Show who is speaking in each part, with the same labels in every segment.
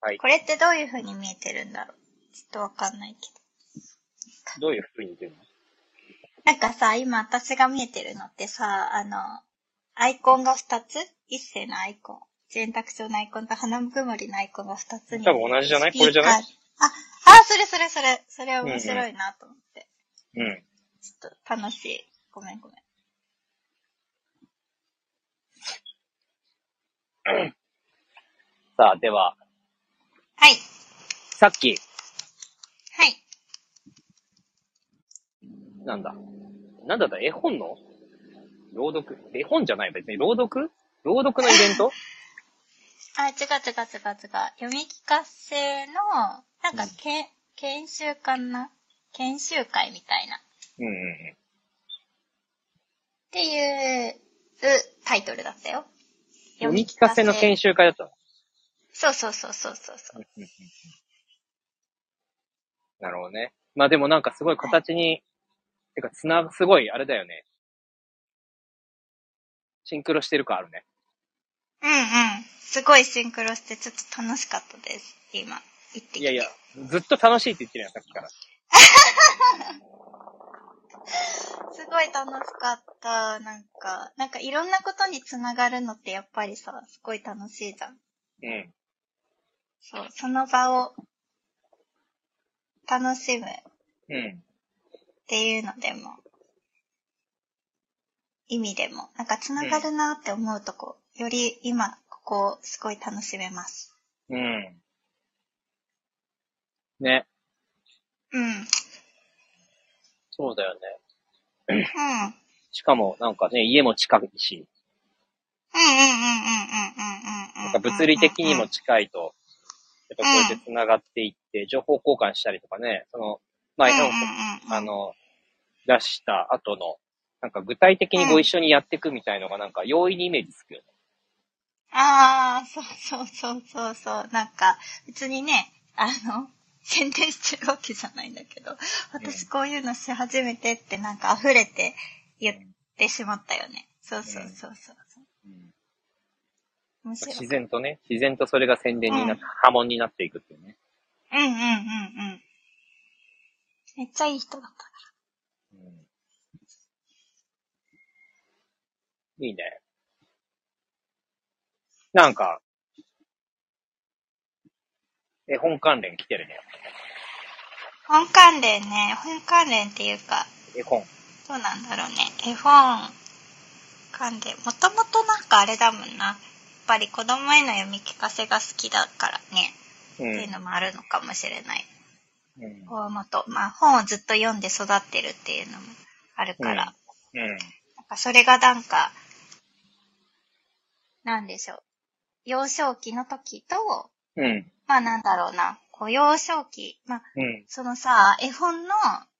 Speaker 1: はい。
Speaker 2: これってどういう風に見えてるんだろうちょっとわかんないけど。
Speaker 1: どういう風に出るの
Speaker 2: なんかさ、今私が見えてるのってさ、あの、アイコンが2つ一世のアイコン。選択肢のアイコンと花曇りのアイコンが2つに。
Speaker 1: 多分同じじゃないこれじゃない
Speaker 2: スピーカーあ、あ、それそれそれ。それ面白いなと思って。
Speaker 1: うん。
Speaker 2: ちょっと楽しい。ごめんごめん。
Speaker 1: さあ、では、
Speaker 2: はい。
Speaker 1: さっき、
Speaker 2: はい。
Speaker 1: なんだ。なんだった絵本の朗読絵本じゃない別に朗読朗読のイベント
Speaker 2: あ、違う違う違う違う。読み聞かせの、なんかけ、ん、研修かな研修会みたいな。っ
Speaker 1: うんうんうん。
Speaker 2: ていう、うタイトルだったよ。
Speaker 1: 読み聞かせの研
Speaker 2: 修。
Speaker 1: 修会だったの。
Speaker 2: そうそうそうそうそうそう。
Speaker 1: なるほどね。まあでもなんかすごい形に、てかつな、すごいあれだよね。シンクロしてる感あるね。
Speaker 2: うんうん。すごいシンクロして、ちょっと楽しかったです。今、行ってきて。
Speaker 1: いやいや、ずっと楽しいって言ってるやん、さっきから。
Speaker 2: すごい楽しかった。なんか、なんかいろんなことにつながるのってやっぱりさ、すごい楽しいじゃん。
Speaker 1: うん。
Speaker 2: そう、その場を楽しむっ
Speaker 1: うん。
Speaker 2: ていうのでも、意味でも、なんかつながるなって思うとこ、より今、ここをすごい楽しめます。
Speaker 1: うん。ね。
Speaker 2: うん。うん。
Speaker 1: そうだよね。しかもなんかね、家も近いし、
Speaker 2: うんうんうんうんうんうんうんうんう
Speaker 1: な
Speaker 2: ん。
Speaker 1: んか物理的にも近いと、やっぱこうやって繋がっていって、情報交換したりとかね、その、まあ、絵本とかあ
Speaker 2: の、
Speaker 1: の、出した後の、なんか具体的にご一緒にやっていくみたいのがなんか容易にイメージつくよね。
Speaker 2: ああ、そうそうそうそうそう。なんか、別にね、あの、宣伝してるわけじゃないんだけど、私こういうのし始めてってなんか溢れて言ってしまったよね。そうそうそうそう。面白い。
Speaker 1: 自然とね、自然とそれが宣伝になって、波紋になっていくっていうね。
Speaker 2: うんうんうんうん。めっちゃいい人だった。
Speaker 1: いいね。なんか、絵本関連来てるね。
Speaker 2: 本関連ね、本関連っていうか、
Speaker 1: 絵本。
Speaker 2: どうなんだろうね。絵本関連。もともとなんかあれだもんな。やっぱり子供への読み聞かせが好きだからね。
Speaker 1: う
Speaker 2: っていうのもあるのかもしれない。
Speaker 1: うん。
Speaker 2: こうもと、まあ本をずっと読んで育ってるっていうのもあるから、
Speaker 1: うんうん。
Speaker 2: なんかそれがなんか、なんでしょう。幼少期の時と、
Speaker 1: うん。
Speaker 2: まあなんだろうな、こう幼少期、まあ
Speaker 1: うん。
Speaker 2: そのさ、絵本の、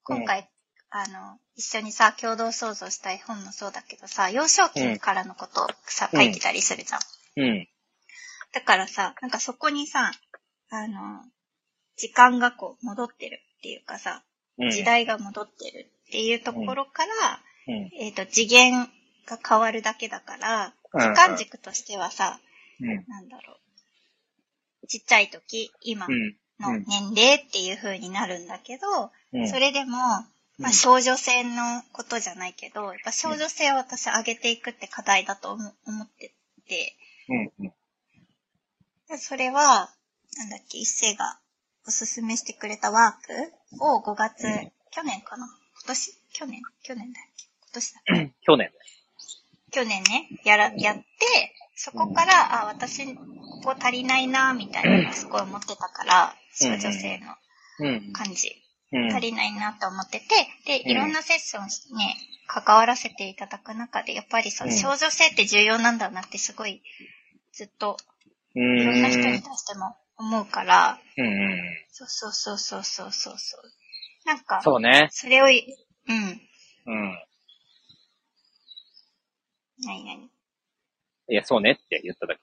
Speaker 2: 今回、あの、一緒にさ、共同創造した絵本もそうだけどさ、幼少期からのことをさ、
Speaker 1: うん
Speaker 2: 書いてたりするじゃん。
Speaker 1: うん。
Speaker 2: だからさ、なんかそこにさ、あの、時間がこう戻ってるっていうかさ、
Speaker 1: うん。
Speaker 2: 時代が戻ってるっていうところから、
Speaker 1: うん。
Speaker 2: えっ、と、次元が変わるだけだから、
Speaker 1: うん
Speaker 2: 時間軸としてはさ、
Speaker 1: うん。
Speaker 2: なんだろう。ちっちゃい時、今
Speaker 1: うん。
Speaker 2: の年齢っていう風になるんだけど、
Speaker 1: うん。
Speaker 2: それでも、ま
Speaker 1: う
Speaker 2: あ、
Speaker 1: ん
Speaker 2: 少女性のことじゃないけど、やっぱ少女性を私上げていくって課題だと思思ってて、
Speaker 1: うん。うん。
Speaker 2: でそれは、なんだっけ、一世がおすすめしてくれたワークを5月、
Speaker 1: うん
Speaker 2: 去年かな今年去年去年だっけ今年だっ
Speaker 1: 去年。
Speaker 2: け去年ね、やら、やって、そこから、あ、私、ここ足りないな、みたいなのがすごい思ってたから、
Speaker 1: う
Speaker 2: 少
Speaker 1: ん
Speaker 2: 女性の
Speaker 1: うん。
Speaker 2: 感じ、
Speaker 1: うん。
Speaker 2: 足りないなと思ってて、
Speaker 1: うん
Speaker 2: で、いろんなセッションにね、関わらせていただく中で、やっぱりそうの
Speaker 1: ん
Speaker 2: 少女性って重要なんだなってすごい、ずっと
Speaker 1: うん。
Speaker 2: いろんな人に対しても思うから、
Speaker 1: うんうん。
Speaker 2: そうそうそうそうそうそうそう。なんか、
Speaker 1: そうね。
Speaker 2: それをい、うん。
Speaker 1: うん。
Speaker 2: 何何
Speaker 1: いや、そうねって言っただけ。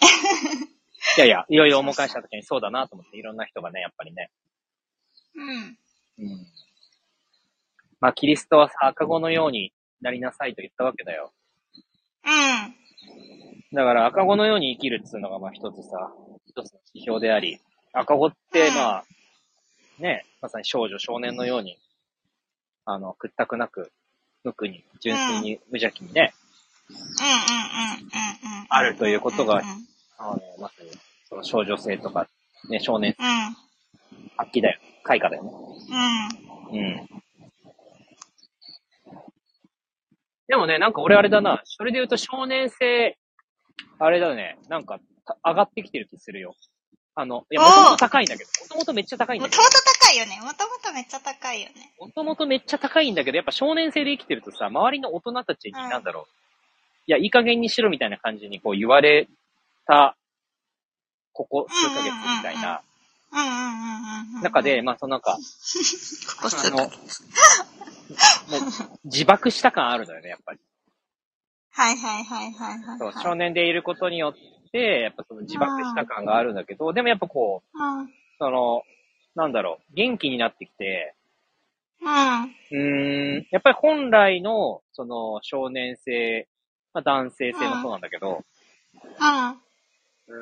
Speaker 1: いやいや、いろいろ思い返したときにそうだなと思って、いろんな人がね、やっぱりね。
Speaker 2: うん。
Speaker 1: うん。まあ、キリストはさ、赤子のようになりなさいと言ったわけだよ。
Speaker 2: うん。
Speaker 1: だから赤子のように生きるっつうのがまあ一つさ、一つの指標であり、赤子ってまあ、ね、まさに少女少年のように、あの、屈託なく、無垢に、純粋に、無邪気にね、
Speaker 2: うんうんうんうん。
Speaker 1: あるということが
Speaker 2: うんうんうん
Speaker 1: あの、まさに、その少女性とか、ね、少年、
Speaker 2: うん。
Speaker 1: 発揮だよ。開花だよ
Speaker 2: うん。
Speaker 1: ね。うん。でもね、なんか俺あれだな、それで言うと少年性、あれだね、なんか、た上がってきてる気するよ。あの、いや、もともと高いんだけど、もともとめっちゃ高いん
Speaker 2: も
Speaker 1: だ
Speaker 2: と
Speaker 1: け
Speaker 2: も
Speaker 1: ど、
Speaker 2: と高いよね。もともとめっちゃ高いよね。
Speaker 1: もともとめっちゃ高いんだけど、やっぱ少年性で生きてるとさ、周りの大人たちに、
Speaker 2: うん
Speaker 1: なんだろう、いや、いい加減にしろみたいな感じにこう言われた、ここ数ヶ月みたいな
Speaker 2: うんうんうんうんうん。
Speaker 1: 中、で、まあ、そのなんか、
Speaker 2: ここす
Speaker 1: あ
Speaker 2: ぐ。
Speaker 1: の、も
Speaker 2: は
Speaker 1: う、自爆した感あるのよね、やっぱり。
Speaker 2: いはいはいはいはい。
Speaker 1: そう、
Speaker 2: う
Speaker 1: 少年でいることによって、やっぱその自爆した感があるんだけど、でもやっぱこう、
Speaker 2: ん。うん。
Speaker 1: その、なんだろう、元気になってきて、うーん、やっぱり本来の、その、少年性、まあ、男性性もそうなんだけど、
Speaker 2: うん。
Speaker 1: う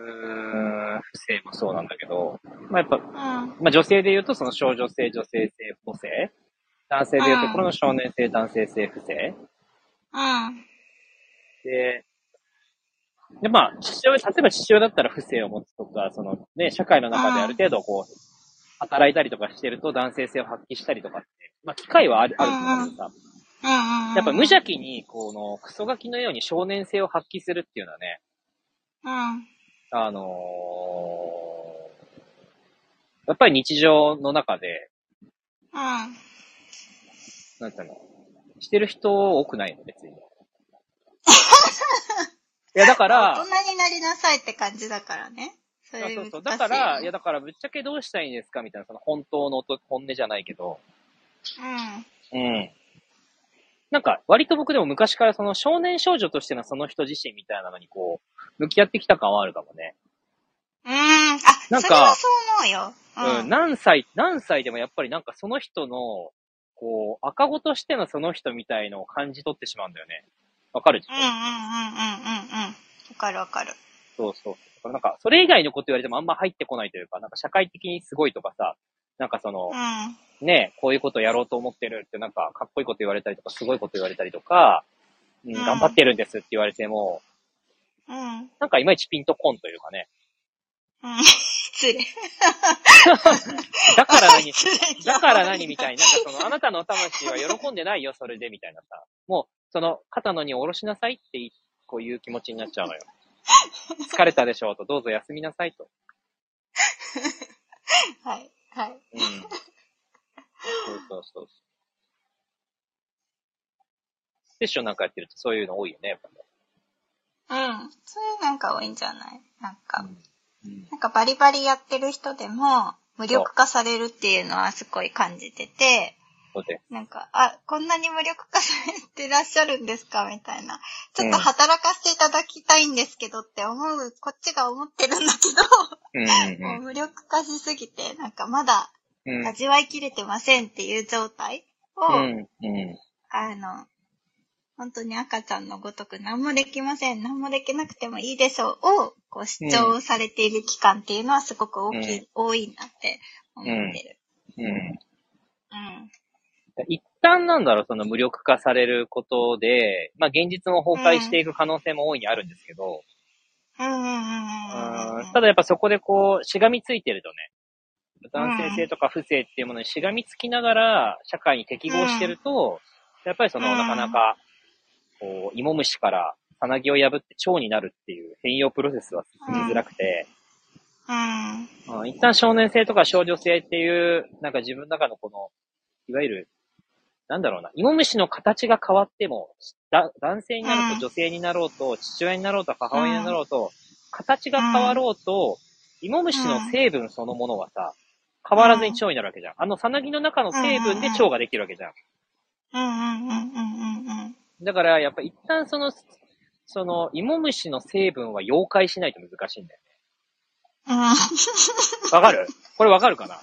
Speaker 1: ーん、不正もそうなんだけど、まあ、やっぱ、
Speaker 2: うん。
Speaker 1: まあ、女性で言うと、その少女性、女性性、母性。男性で言うところの少年性、男性性、不正。
Speaker 2: うん。
Speaker 1: で、で、まあ、父親、例えば父親だったら不正を持つとか、そのね、社会の中である程度こう、働いたりとかしてると男性性を発揮したりとかって、まあ、機会はある、あると思うんだけどさ、
Speaker 2: うん。うん。
Speaker 1: やっぱ無邪気に、この、クソガキのように少年性を発揮するっていうのはね、
Speaker 2: うん。
Speaker 1: あのーやっぱり日常の中で、
Speaker 2: うん。
Speaker 1: なんていうの、してる人多くないの、 別に。いや、だから、
Speaker 2: 大人になりなさいって感じだからね。そ
Speaker 1: そう
Speaker 2: れ
Speaker 1: そう
Speaker 2: 難しい
Speaker 1: そう。だから、いやだからぶっちゃけどうしたいんですかみたいな、その本当のと本音じゃないけど。
Speaker 2: うん。
Speaker 1: うん。なんか、割と僕でも昔からその少年少女としてのその人自身みたいなのにこう、向き合ってきた感はあるかもね。
Speaker 2: うん。あ、
Speaker 1: なんか
Speaker 2: それはそう思うよ。
Speaker 1: うん。何歳、何歳でもやっぱりなんかその人の、こう、赤子としてのその人みたいのを感じ取ってしまうんだよね。わかる
Speaker 2: うんうんうんうんうんうん。わかるわかる。
Speaker 1: そうそう。だからなんか、それ以外のこと言われてもあんま入ってこないというか、なんか社会的にすごいとかさ、なんかその、
Speaker 2: うん。
Speaker 1: ね、こういうことやろうと思ってるって、なんか、かっこいいこと言われたりとか、すごいこと言われたりとか、うん、
Speaker 2: うん
Speaker 1: 頑張ってるんですって言われても、
Speaker 2: うん。うん。
Speaker 1: なんかいまいちピンとこんというかね。
Speaker 2: 失礼。
Speaker 1: だから 何
Speaker 2: 失礼
Speaker 1: だから何みたいな、なんかその、あなたの魂は喜んでないよ、それで、みたいなさ。もう、その、肩の荷を下ろしなさいって、こういう気持ちになっちゃうのよ。疲れたでしょうと、どうぞ休みなさいと。
Speaker 2: はい。はい。
Speaker 1: うん。そうそうそう。セッションなんかやってるとそういうの多いよね、やっぱね。
Speaker 2: うん。そういうなんか多いんじゃないなんか、
Speaker 1: うん
Speaker 2: なんかバリバリやってる人でも、無力化されるっていうのはすごい感じてて、
Speaker 1: そうで。
Speaker 2: なんか、あ、こんなに無力化されてらっしゃるんですかみたいな。ちょっと働かせていただきたいんですけどって思う、こっちが思ってるんだけ
Speaker 1: うん
Speaker 2: ど、もう無力化しすぎて、なんかまだ
Speaker 1: うんうん。
Speaker 2: 味わいきれてませんっていう状態を、
Speaker 1: うん、うん。
Speaker 2: あの、本当に赤ちゃんのごとく何もできません、何もできなくてもいいでしょうを、こう主張されている期間っていうのはすごく大きい、
Speaker 1: うん
Speaker 2: 多いなって思ってる。
Speaker 1: うん。
Speaker 2: うん。
Speaker 1: 一旦なんだろう、その無力化されることで、まあ現実も崩壊していく可能性も大いにあるんですけど、
Speaker 2: うんうんうんうん
Speaker 1: うんただやっぱそこでこう、しがみついてるとね、男性性とか不正っていうものにしがみつきながら社会に適合してると、やっぱりその
Speaker 2: うん
Speaker 1: なかなか、こう、芋虫からさなぎを破って蝶になるっていう変容プロセスは進みづらくて、
Speaker 2: うん。うん。
Speaker 1: うん一旦少年性とか少女性っていう、なんか自分の中のこの、いわゆる、なんだろうな、芋虫の形が変わっても、だ男性になろう
Speaker 2: う
Speaker 1: と
Speaker 2: ん
Speaker 1: 女性になろうと、父親になろうと母親になろうと、形が変わろうと、芋虫の成分そのものはさ、変わらずに蝶になるわけじゃん。あのさなぎの中の成分で蝶ができるわけじゃん。
Speaker 2: うんうんうんうんうん
Speaker 1: だから、やっぱ一旦その、その、芋虫の成分は溶解しないと難しいんだよね。
Speaker 2: うん。うん。
Speaker 1: わかるこれわかるかな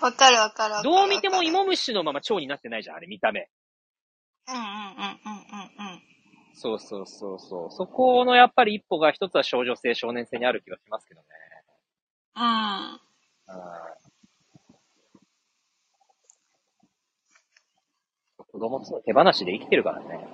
Speaker 2: わかるわかるわかる。
Speaker 1: どう見ても
Speaker 2: うんうん
Speaker 1: 芋虫のまま蝶になってないじゃん、あれ、見た目。
Speaker 2: うんうんうんうんうん。
Speaker 1: そうそうそうそう。そこのやっぱり一歩が一つは少女性、少年性にある気がしますけどね。
Speaker 2: うん。
Speaker 1: うん。子供って手放しで生きてるからね。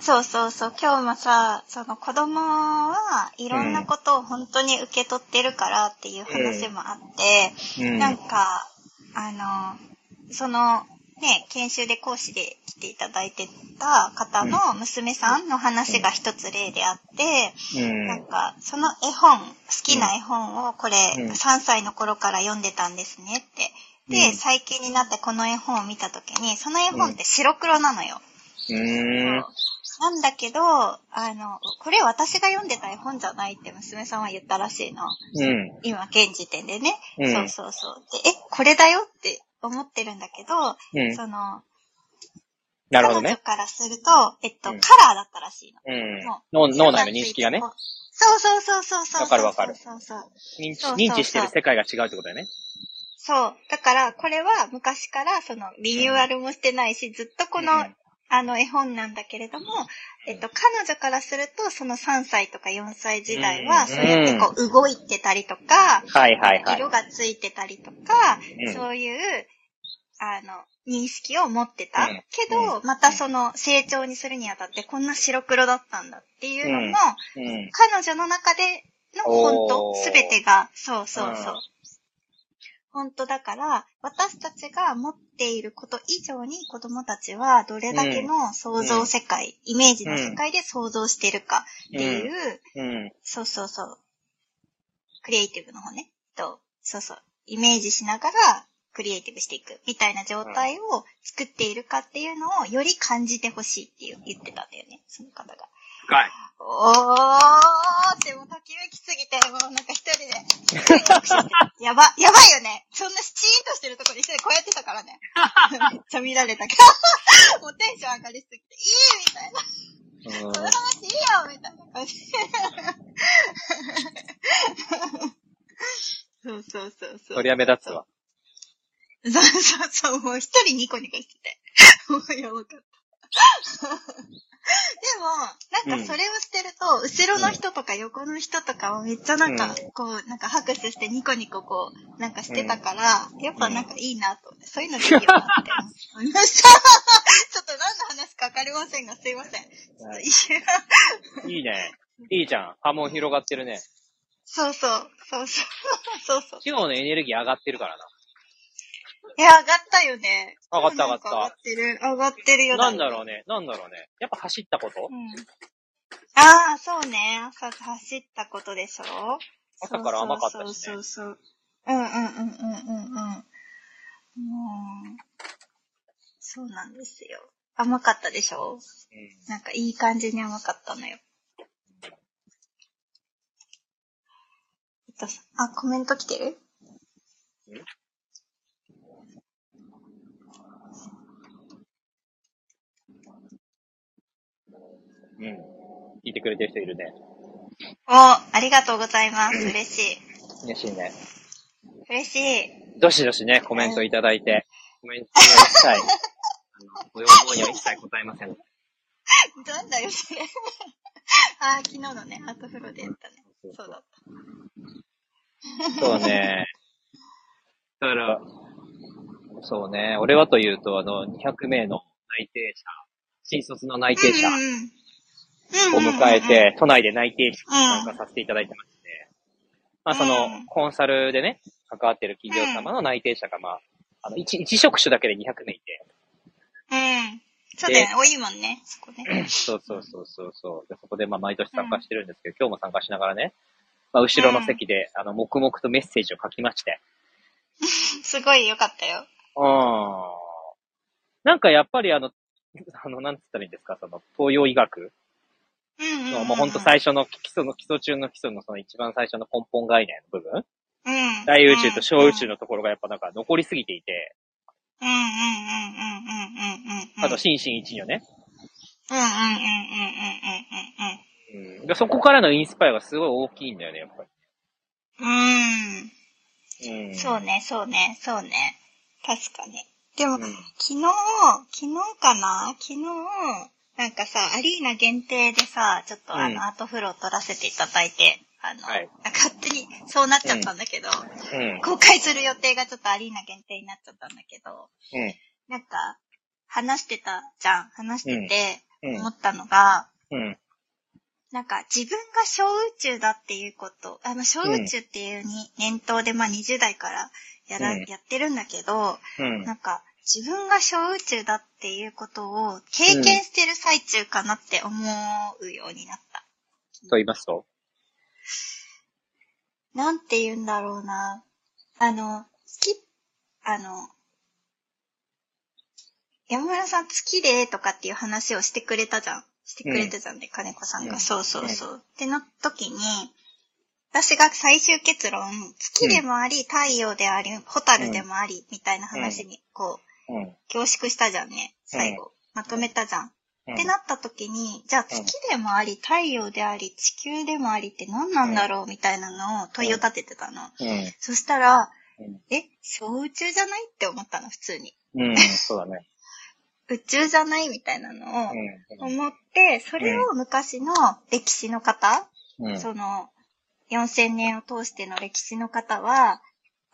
Speaker 2: そうそうそう。今日もさ、その子供はいろんなことを本当に受け取ってるからっていう話もあって、
Speaker 1: うん
Speaker 2: なんか、あの、その、ね、研修で講師で来ていただいてた方の娘さんの話が一つ例であって、
Speaker 1: うん。
Speaker 2: なんか、その絵本、好きな絵本をこれ、
Speaker 1: うん
Speaker 2: 3歳の頃から読んでたんですねって。で、
Speaker 1: うん
Speaker 2: 最近になってこの絵本を見た時に、その絵本って白黒なのよ。
Speaker 1: うーん。
Speaker 2: なんだけど、あの、これ私が読んでた絵本じゃないって娘さんは言ったらしいの。
Speaker 1: うん。
Speaker 2: 今、現時点でね。
Speaker 1: うん
Speaker 2: そうそうそう。で、え、これだよって思ってるんだけど、
Speaker 1: うん。
Speaker 2: その、
Speaker 1: なるほどね
Speaker 2: 彼女。からすると、えっと、
Speaker 1: うん
Speaker 2: カラーだったらしいの。
Speaker 1: うん
Speaker 2: も。
Speaker 1: 脳脳内の認識がね、
Speaker 2: そうそうそうそうそう。
Speaker 1: わかるわかる
Speaker 2: そうそうそう。
Speaker 1: 認知
Speaker 2: そうそうそう
Speaker 1: 認知してる世界が違うってことだよね。
Speaker 2: そう。だから、これは昔から、その、リニューアルもしてないし、ずっとこの、
Speaker 1: うん
Speaker 2: あの、絵本なんだけれども、えっと、彼女からすると、その3歳とか4歳時代
Speaker 1: うん
Speaker 2: は、そうやってこう、動いてたりとか、
Speaker 1: はいはいはい。
Speaker 2: 色がついてたりとか、
Speaker 1: うん
Speaker 2: そういう、あの、認識を持ってた。
Speaker 1: うん
Speaker 2: けど、またその、成長にするにあたって、こんな白黒だったんだっていうの
Speaker 1: うん
Speaker 2: も、
Speaker 1: うん。
Speaker 2: 彼女の中でのフォン
Speaker 1: お
Speaker 2: ト、
Speaker 1: ー
Speaker 2: すべてが、そうそうそう
Speaker 1: うん。
Speaker 2: 本当だから、私たちが持っていること以上に子供たちはどれだけの想像世界、イメージの世界で想像してるかっていう、
Speaker 1: うん。
Speaker 2: そうそうそう、クリエイティブの方ね、と、そうそう、イメージしながらクリエイティブしていくみたいな状態を作っているかっていうのをより感じてほしいっていう言ってたんだよね、その方が。
Speaker 1: 深い。
Speaker 2: おーってもうときめきすぎて、もうなんか一人で、 やば、やばいよね。そんなシーンとしてるところで一人でこうやってたからね。 めっちゃ見られたけど、もうテンション上がりすぎて、いいみたいな、
Speaker 1: うん
Speaker 2: その話いいよみたいな感じ。 そうそうそうそ。
Speaker 1: そうりゃ目立つわ。
Speaker 2: そうそうそう、もう一人ニコニコしてて。 もうやばかった。 でも、なんかそれをしてると、後ろの人とか横の人とかをめっちゃなんか、こう、なんか拍手してニコニコこう、なんかしてたから、やっぱなんかいいなと 思って、そういうのできるなって 思いました。ちょっと何の話かわかりませんが、すいません。ちょっといい
Speaker 1: いいね。いいじゃん。波紋広がってるね。
Speaker 2: そうそう、そうそう、そうそう。
Speaker 1: 地方のエネルギー上がってるからな。
Speaker 2: いや、上がったよね。
Speaker 1: 上がった上がった
Speaker 2: 上がってる、上がってるよ
Speaker 1: なんだろうね。なんだろうね。やっぱ走ったこと
Speaker 2: うんああ、そうね。朝走ったことでしょ
Speaker 1: 朝から甘かったし
Speaker 2: そ
Speaker 1: ね
Speaker 2: う。そうそうそう。うんうんうんうんうんうん。もう、そうなんですよ。甘かったでしょ
Speaker 1: うん
Speaker 2: なんかいい感じに甘かったのよ。えっと、あ、コメント来てる
Speaker 1: うん。聞いてくれてる人いるね。
Speaker 2: お、ありがとうございます。嬉しい。
Speaker 1: 嬉しいね。
Speaker 2: 嬉しい。
Speaker 1: どしどしね、コメントいただいて。コメントには一切、あの ご要望には一切答えません。
Speaker 2: なんだよ、それ。 あー、昨日のね、アートフローでやったね。そうだった。
Speaker 1: そうね。だから、そうね。俺はというと、あの、200名の内定者、新卒の内定者 を迎えて、都内で内定式に参加させていただいてまして、まあ、そ
Speaker 2: うん
Speaker 1: の、コンサルでね、関わってる企業様の内定者が、まあ、あの、一一職種だけで200名いて、
Speaker 2: うんうん。うん。そうだよね、多いもんね、そ こね。
Speaker 1: そうそうそうそうそう。でそこで、まあ、毎年参加してるんですけど、今日も参加しながらね、まあ、後ろの席で、あの、黙々とメッセージを書きまして、
Speaker 2: すごい良かったよ。
Speaker 1: うん。なんかやっぱりあの、あの、なんつったらいいんですか、その、東洋医学
Speaker 2: うんうん、
Speaker 1: の、
Speaker 2: うん。
Speaker 1: もうほんと最初の基礎の、基礎中の基礎のその一番最初の根本概念の部分
Speaker 2: うん。
Speaker 1: 大宇宙と小宇宙
Speaker 2: の。
Speaker 1: のところがやっぱなんか残りすぎていて、
Speaker 2: うんうんうんうんうんうんうん。
Speaker 1: あと、心身一如ね。
Speaker 2: うんうんうんうんうん
Speaker 1: うんでそこからのインスパイアがすごい大きいんだよね、やっぱ
Speaker 2: うんうん。うん。
Speaker 1: り。うん。
Speaker 2: そうね、そうね、そうね。確かに。でも、
Speaker 1: うん
Speaker 2: 昨日、昨日かな昨日、なんかさ、アリーナ限定でさ、ちょっとあの、
Speaker 1: うん
Speaker 2: アートフロー撮らせていただいて、あの、
Speaker 1: はい
Speaker 2: 勝手にそうなっちゃったんだけど、
Speaker 1: うん。
Speaker 2: 公開する予定がちょっとアリーナ限定になっちゃったんだけど、なんか、話してたじゃん。話してて、
Speaker 1: うん。
Speaker 2: 思ったのが、
Speaker 1: うん。うん。
Speaker 2: なんか自分が小宇宙だっていうこと、あの小宇宙っていうに念頭でまあ20代からやら、
Speaker 1: うん
Speaker 2: やってるんだけど、
Speaker 1: うん。
Speaker 2: なんか自分が小宇宙だっていうことを経験してる最中かなって思うようになった。
Speaker 1: と言いますと
Speaker 2: なんて言うんだろうな。あの、月、あの、山村さん月でとかっていう話をしてくれたじゃん。してくれたじゃんね、金子さんが。
Speaker 1: うん
Speaker 2: そうそうそう。
Speaker 1: う
Speaker 2: っての時に、私が最終結論、月でもあり、太陽であり、ホタルでもあり、みたいな話に、こう、
Speaker 1: うん。
Speaker 2: 凝縮したじゃんね、最後。まとめたじゃん。
Speaker 1: うん
Speaker 2: ってなった時に、じゃあ月でもあり、太陽であり、地球でもありって何なんだろうみたいなのを問いを立ててたの。
Speaker 1: うん。
Speaker 2: そしたら
Speaker 1: うん、
Speaker 2: え、小宇宙じゃないって思ったの、普通に。
Speaker 1: うん。そうだね。
Speaker 2: 宇宙じゃないみたいなのを
Speaker 1: うん。
Speaker 2: 思って、それを昔の歴史の方、
Speaker 1: うん。
Speaker 2: その4000年を通しての歴史の方は、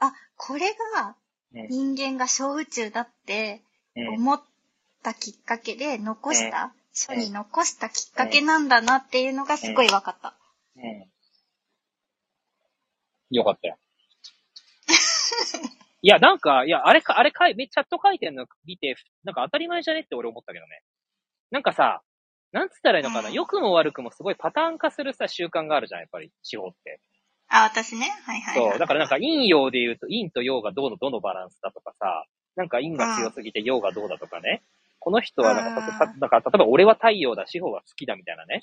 Speaker 2: あ、これが
Speaker 1: うん
Speaker 2: 人間が小宇宙だって
Speaker 1: うん。
Speaker 2: 思ったきっかけで残した、書に残したきっかけ
Speaker 1: う
Speaker 2: なんだなっていうのがすごい分かった。
Speaker 1: うん。よかったよ。 いや、なんか、いや、あれか、あれかい、めチャット書いてんの見て、なんか当たり前じゃねって俺思ったけどね。なんかさ、なんつったらいいのかな、
Speaker 2: うん
Speaker 1: 良くも悪くもすごいパターン化するさ、習慣があるじゃん、やっぱり、地方って。
Speaker 2: あ、私ね。はいはい、はい。
Speaker 1: そう、だからなんか陰陽で言うと、陰と陽がどうの、どのバランスだとかさ、なんか陰が強すぎて陽がどうだとかね。この人はなんか、た
Speaker 2: う
Speaker 1: なんか、例えば俺は太陽だ、四方は月だみたいなね。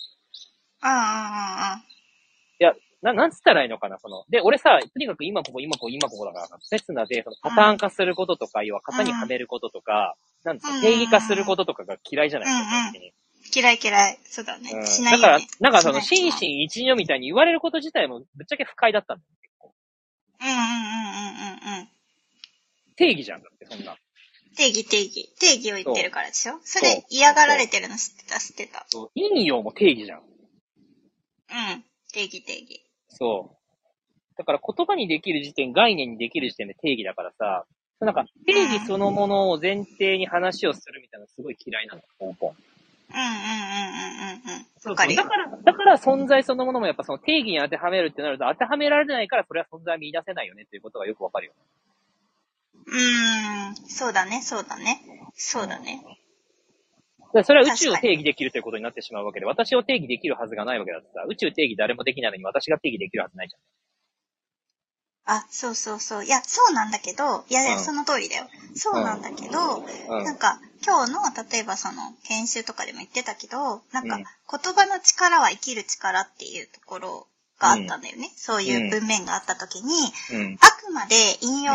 Speaker 2: ああ、ああ、あ
Speaker 1: な、なんつったらいいのかな、その。で、俺さ、とにかく今ここ、今ここ、今ここだからさ、刹那で、そのパターン化することとか、要は型にはめることとか、なんつう
Speaker 2: う
Speaker 1: の
Speaker 2: ん
Speaker 1: 定義化することとかが嫌いじゃないです
Speaker 2: うんうん
Speaker 1: か、基本的に
Speaker 2: 嫌い嫌い。そうだね。
Speaker 1: うん
Speaker 2: しないよ、
Speaker 1: だ
Speaker 2: ね。
Speaker 1: から、なんかその、
Speaker 2: しない
Speaker 1: 心身一如みたいに言われること自体も、ぶっちゃけ不快だったんだよ、結構。
Speaker 2: うんうんうんうんうんうん。
Speaker 1: 定義じゃん、だって、そんな。
Speaker 2: 定義定義。定義を言ってるからでしょ
Speaker 1: そ
Speaker 2: そ
Speaker 1: う
Speaker 2: れ嫌がられてるの知ってた知ってた。
Speaker 1: そう陰陽も定義じゃん。
Speaker 2: うん。定義定義。
Speaker 1: そう。だから言葉にできる時点、概念にできる時点で定義だからさ、なんか定義そのものを前提に話をするみたいなのすごい嫌いなの、根本。
Speaker 2: うんうんうんうんうんうん。
Speaker 1: そうそ
Speaker 2: わか
Speaker 1: う
Speaker 2: る
Speaker 1: だ
Speaker 2: よ。
Speaker 1: から、だから存在そのものもやっぱその定義に当てはめるってなると、当てはめられないからそれは存在は見出せないよねっていうことがよくわかるよ。
Speaker 2: うーん。そうだね、そうだね。そうだね。
Speaker 1: だからそれは宇宙を定義できるということになってしまうわけで、私を定義できるはずがないわけだってさ、宇宙定義誰もできないのに私が定義できるはずないじ
Speaker 2: あ、そうそうそう。いや、そうなんだけど、いやいや、
Speaker 1: うん
Speaker 2: その通りだよ。そうなんだけど、
Speaker 1: ゃん。うん
Speaker 2: なんか、今日の、例えばその、研修とかでも言ってたけど、なんか、
Speaker 1: うん
Speaker 2: 言葉の力は生きる力っていうところがあったんだよね。そういう文面があった時に、
Speaker 1: うん。
Speaker 2: あくまで引用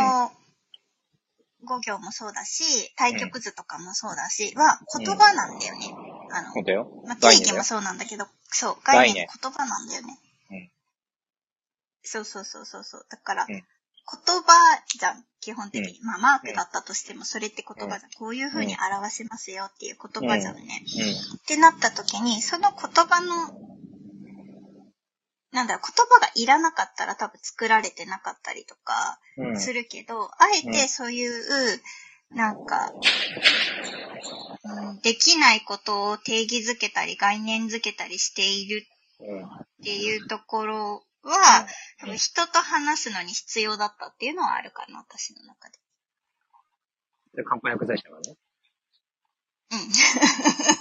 Speaker 2: 語行もそうだし、対局図とかもそうだし、は言葉なんだよね。あの
Speaker 1: 本、当よ。
Speaker 2: まあ、
Speaker 1: 概念
Speaker 2: 定義
Speaker 1: だよ
Speaker 2: もそうなんだけど、そう、
Speaker 1: 概念
Speaker 2: 概念言葉なんだよね。
Speaker 1: うん
Speaker 2: そうそうそうそうそう。だから、
Speaker 1: うん
Speaker 2: 言葉じゃん、基本的に。まあ、マ
Speaker 1: う
Speaker 2: ー
Speaker 1: ん
Speaker 2: クだったとしても、それって言葉じゃん。こういう風に表せますよっていう言葉じゃんね。
Speaker 1: う
Speaker 2: ってなった時に、その言葉の、なんだろう、言葉がいらなかったら多分作られてなかったりとか
Speaker 1: ん。うん。
Speaker 2: するけど、あえてそういう、なんか、うんできないことを定義づけたり概念づけたりしている
Speaker 1: うん。
Speaker 2: っていうところ
Speaker 1: う
Speaker 2: は、
Speaker 1: ん
Speaker 2: 多分人と話すのに必要だったっていうのはあるかな、私の中で。
Speaker 1: で、漢方薬剤師だからね。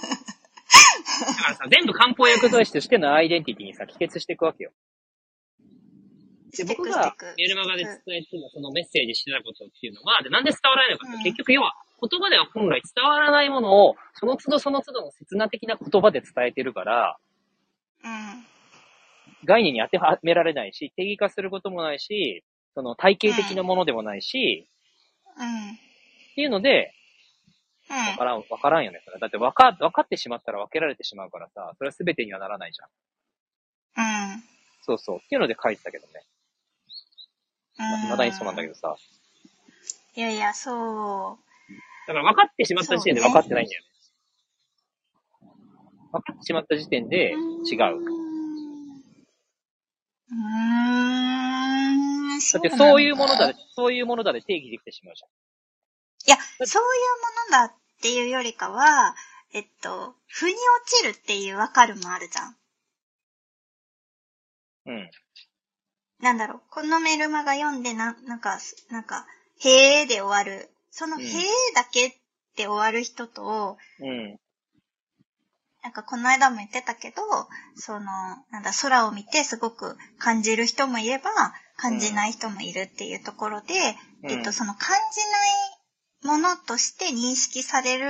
Speaker 1: だからさ、全部漢方薬剤師としてのアイデンティティにさ、帰結していくわけよ。
Speaker 2: うん。
Speaker 1: で、
Speaker 2: して
Speaker 1: 僕
Speaker 2: くして
Speaker 1: が
Speaker 2: く。
Speaker 1: メルマガで伝えてたそのメッセージしてたことっていうのは、で、なんで伝わらないのかって、
Speaker 2: うん
Speaker 1: 結局要は、言葉では本来伝わらないものを、その都度その都度の刹那的な言葉で伝えてるから、
Speaker 2: うん。
Speaker 1: 概念に当てはめられないし、定義化することもないし、その体系的なものでもないし、
Speaker 2: うん。うん。
Speaker 1: っていうので、わからん、わからんよね。それだってわか、わかってしまったら分けられてしまうからさ、それは全てにはならないじゃん。
Speaker 2: うん。
Speaker 1: そうそう。っていうので書いてたけどね。
Speaker 2: うん
Speaker 1: まだにそうなんだけどさ。
Speaker 2: いやいや、そう。
Speaker 1: だから分かってしまった時点で分かってないんだよね。分かってしまった時点で違
Speaker 2: う
Speaker 1: う。
Speaker 2: ーん。
Speaker 1: だってそういう
Speaker 2: なん
Speaker 1: ものだで、そういうものだで定義できてしまうじ
Speaker 2: いや、そういうものだっていうよりかは、えっと、腑に落ちるっていうわかるもあるじゃん。
Speaker 1: ゃん。うん。
Speaker 2: なんだろう、このメルマが読んで、な、なんか、なんか、へーで終わる。その
Speaker 1: うん
Speaker 2: へーだけって終わる人と、
Speaker 1: うん。
Speaker 2: なんかこの間も言ってたけど、その、なんだ、空を見てすごく感じる人もいれば、感じない人もいるっていうところで、
Speaker 1: うん
Speaker 2: えっと、その感じないものとして認識される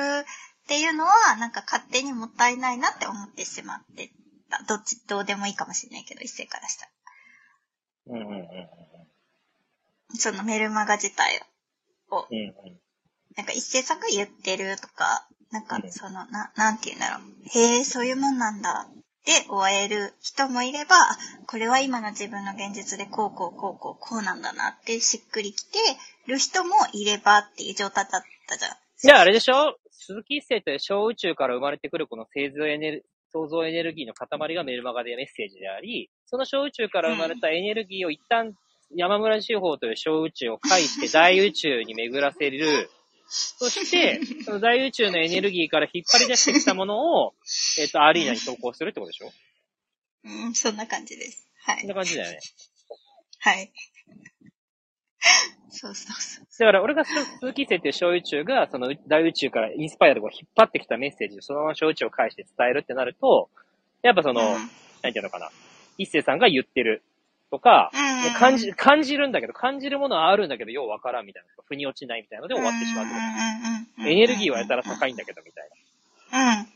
Speaker 2: っていうのは、なんか勝手にもったいないなって思ってしまってた。どっち、どうでもいいかもしれないけど、一斉からしたら。
Speaker 1: うんうんうんうん。
Speaker 2: そのメルマガ自体を。
Speaker 1: うんうん。
Speaker 2: なんか一斉作言ってるとか、なんか
Speaker 1: うん
Speaker 2: その、な、なんて言うんだろう。へえ、そういうもんなんだ。で、終える人もいれば、あこれは今の自分の現実でこうこうこうこうこうなんだなってしっくりきてる人もいればっていう状態だったじゃん。
Speaker 1: じゃああれでしょ鈴木一世って小宇宙から生まれてくるこの製造エネル創造エネルギーの塊がメルマガでメッセージであり、その小宇宙から生まれたエネルギーを一旦山村司法という小宇宙を介して大宇宙に巡らせる。そして、その大宇宙のエネルギーから引っ張り出してきたものを、えっ、と、アリーナに投稿するってことでしょ
Speaker 2: うん、そんな感じです。は
Speaker 1: そん
Speaker 2: い。
Speaker 1: な感じだよね。
Speaker 2: はい。 そうそうそう。
Speaker 1: だから俺が鈴木一世っていう小宇宙が、その大宇宙からインスパイアでこう引っ張ってきたメッセージをそのまま小宇宙を介して伝えるってなると、やっぱその、
Speaker 2: うん
Speaker 1: なんていうのかな。一世さんが言ってるとか、
Speaker 2: うん
Speaker 1: もう感じ、感じるんだけど、感じるものはあるんだけど、ようわからんみたいな。腑に落ちないみたいなので終わってしまうってこと。
Speaker 2: うんうんうんうんうん
Speaker 1: エネルギーはやたら高いんだけど、みたい
Speaker 2: うん。あ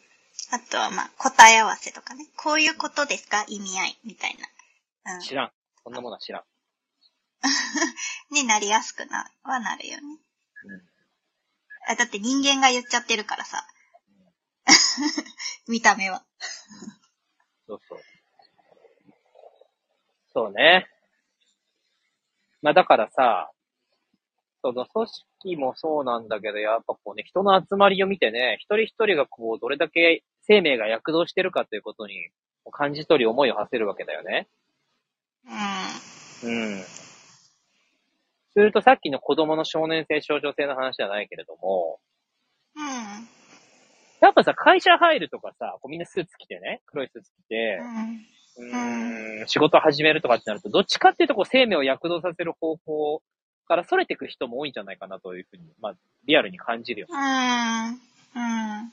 Speaker 2: とはまあ、答え合わせとかね。こういうことですか意味合いみたいな。う
Speaker 1: な。
Speaker 2: ん。
Speaker 1: 知らん。そんなものは知らん。
Speaker 2: になりやすくな、はなるよね
Speaker 1: うん。
Speaker 2: あだって人間が言っちゃってるからさ。 見た目は。
Speaker 1: そうそう。そうね。まあだからさ、その組織もそうなんだけど、やっぱこうね、人の集まりを見てね、一人一人がこう、どれだけ生命が躍動してるかということに、こう感じ取り思いを馳せるわけだよね。
Speaker 2: う
Speaker 1: う
Speaker 2: ん。
Speaker 1: ん。するとさっきの子供の少年性、少女性の話じゃないけれども、
Speaker 2: うん。
Speaker 1: やっぱさ、会社入るとかさ、こうみんなスーツ着てね、黒いスーツ着て、
Speaker 2: うん。
Speaker 1: うーん仕事始めるとかってなると、どっちかっていうとこう生命を躍動させる方向から逸れていく人も多いんじゃないかなというふうに、まあ、リアルに感じるよね。
Speaker 2: うん。うん。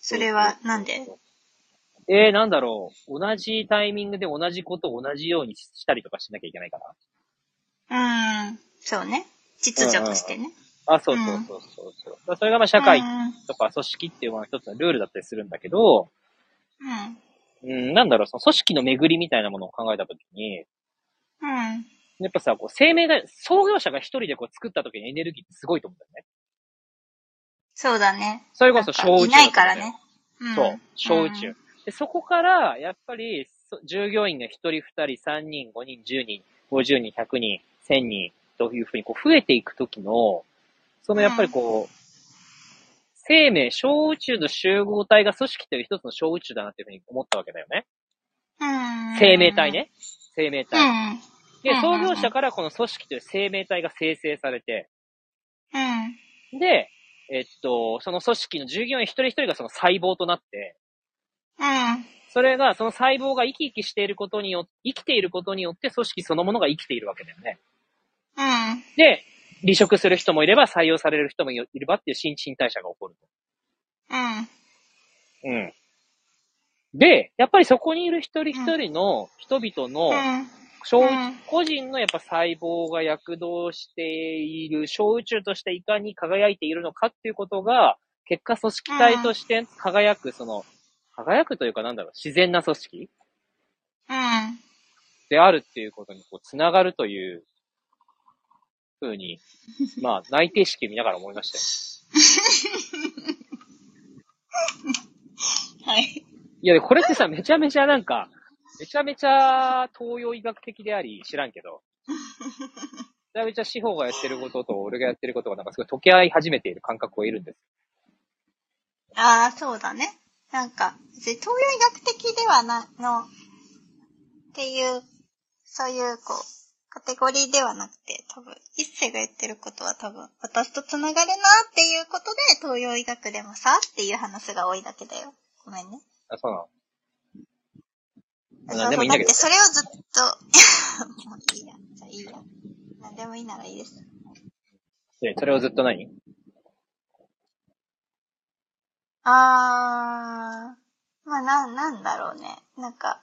Speaker 2: それは、なんで
Speaker 1: えー、なんだろう。同じタイミングで同じことを同じようにしたりとかしなきゃいけないかな。
Speaker 2: うん。そうね。秩序としてね。
Speaker 1: あ、そうそうそうそうそう。まあそれがまあ社会
Speaker 2: うん。うん。
Speaker 1: とか組織っていうのは一つのルールだったりするんだけど、うん、なんだろう、その組織の巡りみたいなものを考えたときに、
Speaker 2: うん。
Speaker 1: やっぱさ、こう生命大、創業者が一人でこう作った時にエネルギーってすごいと思うんだよね。
Speaker 2: そうだね。
Speaker 1: それこそ小宇宙
Speaker 2: いないからね。ん
Speaker 1: そう、小宇宙。。でそこから、やっぱり、そ従業員が1人、2人、3人、5人、10人、50人、100人、1000人というふうにこう増えていくときの、そのやっぱりこう、生命、小宇宙の集合体が組織という一つの小宇宙だなっていうふうに思ったわけだよね。
Speaker 2: うん。
Speaker 1: 生命体。ね。生命
Speaker 2: う
Speaker 1: 体。
Speaker 2: ん。
Speaker 1: で
Speaker 2: う、ん
Speaker 1: 創業者からこの組織という生命体が生成されて、
Speaker 2: うん。
Speaker 1: で、えっと、その組織の従業員一人一人がその細胞となって、
Speaker 2: うん。
Speaker 1: それが、その細胞が生き生きしていることによって、生きていることによって組織そのものが生きているわけだよね。
Speaker 2: うん。
Speaker 1: で、離職する人もいれば、採用される人もいればっていう新陳代謝が起こる。
Speaker 2: う
Speaker 1: う
Speaker 2: ん。
Speaker 1: ん。で、やっぱりそこにいる一人一人の人々の、
Speaker 2: うん。
Speaker 1: 小宇
Speaker 2: うん
Speaker 1: 個人のやっぱ細胞が躍動している、小宇宙としていかに輝いているのかっていうことが、結果組織体として輝く、その、輝くというかなんだろう、自然な組織
Speaker 2: うん。
Speaker 1: であるっていうことにこう、つながるという、ふうに、まあ、内定式見ながら思いましたよ。
Speaker 2: はい。
Speaker 1: いや、でこれってさ、めちゃめちゃなんか、めちゃめちゃ東洋医学的であり、知らんけど、めちゃめちゃ司法がやってることと、俺がやってることがなんかすごい溶け合い始めている感覚を得るんです。
Speaker 2: ああ、そうだね。なんか、別に東洋医学的ではな、の、っていう、そういう、こう、カテゴリーではなくて、多分、一世が言ってることは多分、私と繋がるなっていうことで、東洋医学でもさ、っていう話が多いだけだよ。ごめんね。
Speaker 1: あ、そうなのまあ
Speaker 2: そう
Speaker 1: 何でもいいん
Speaker 2: だ
Speaker 1: だ
Speaker 2: っ
Speaker 1: け
Speaker 2: て
Speaker 1: ど。
Speaker 2: それをずっと、 もういいや、じゃあいいや。何でもいいならいいです。
Speaker 1: でそれをずっと何
Speaker 2: あー、まあなん、なんだろうね。なんか、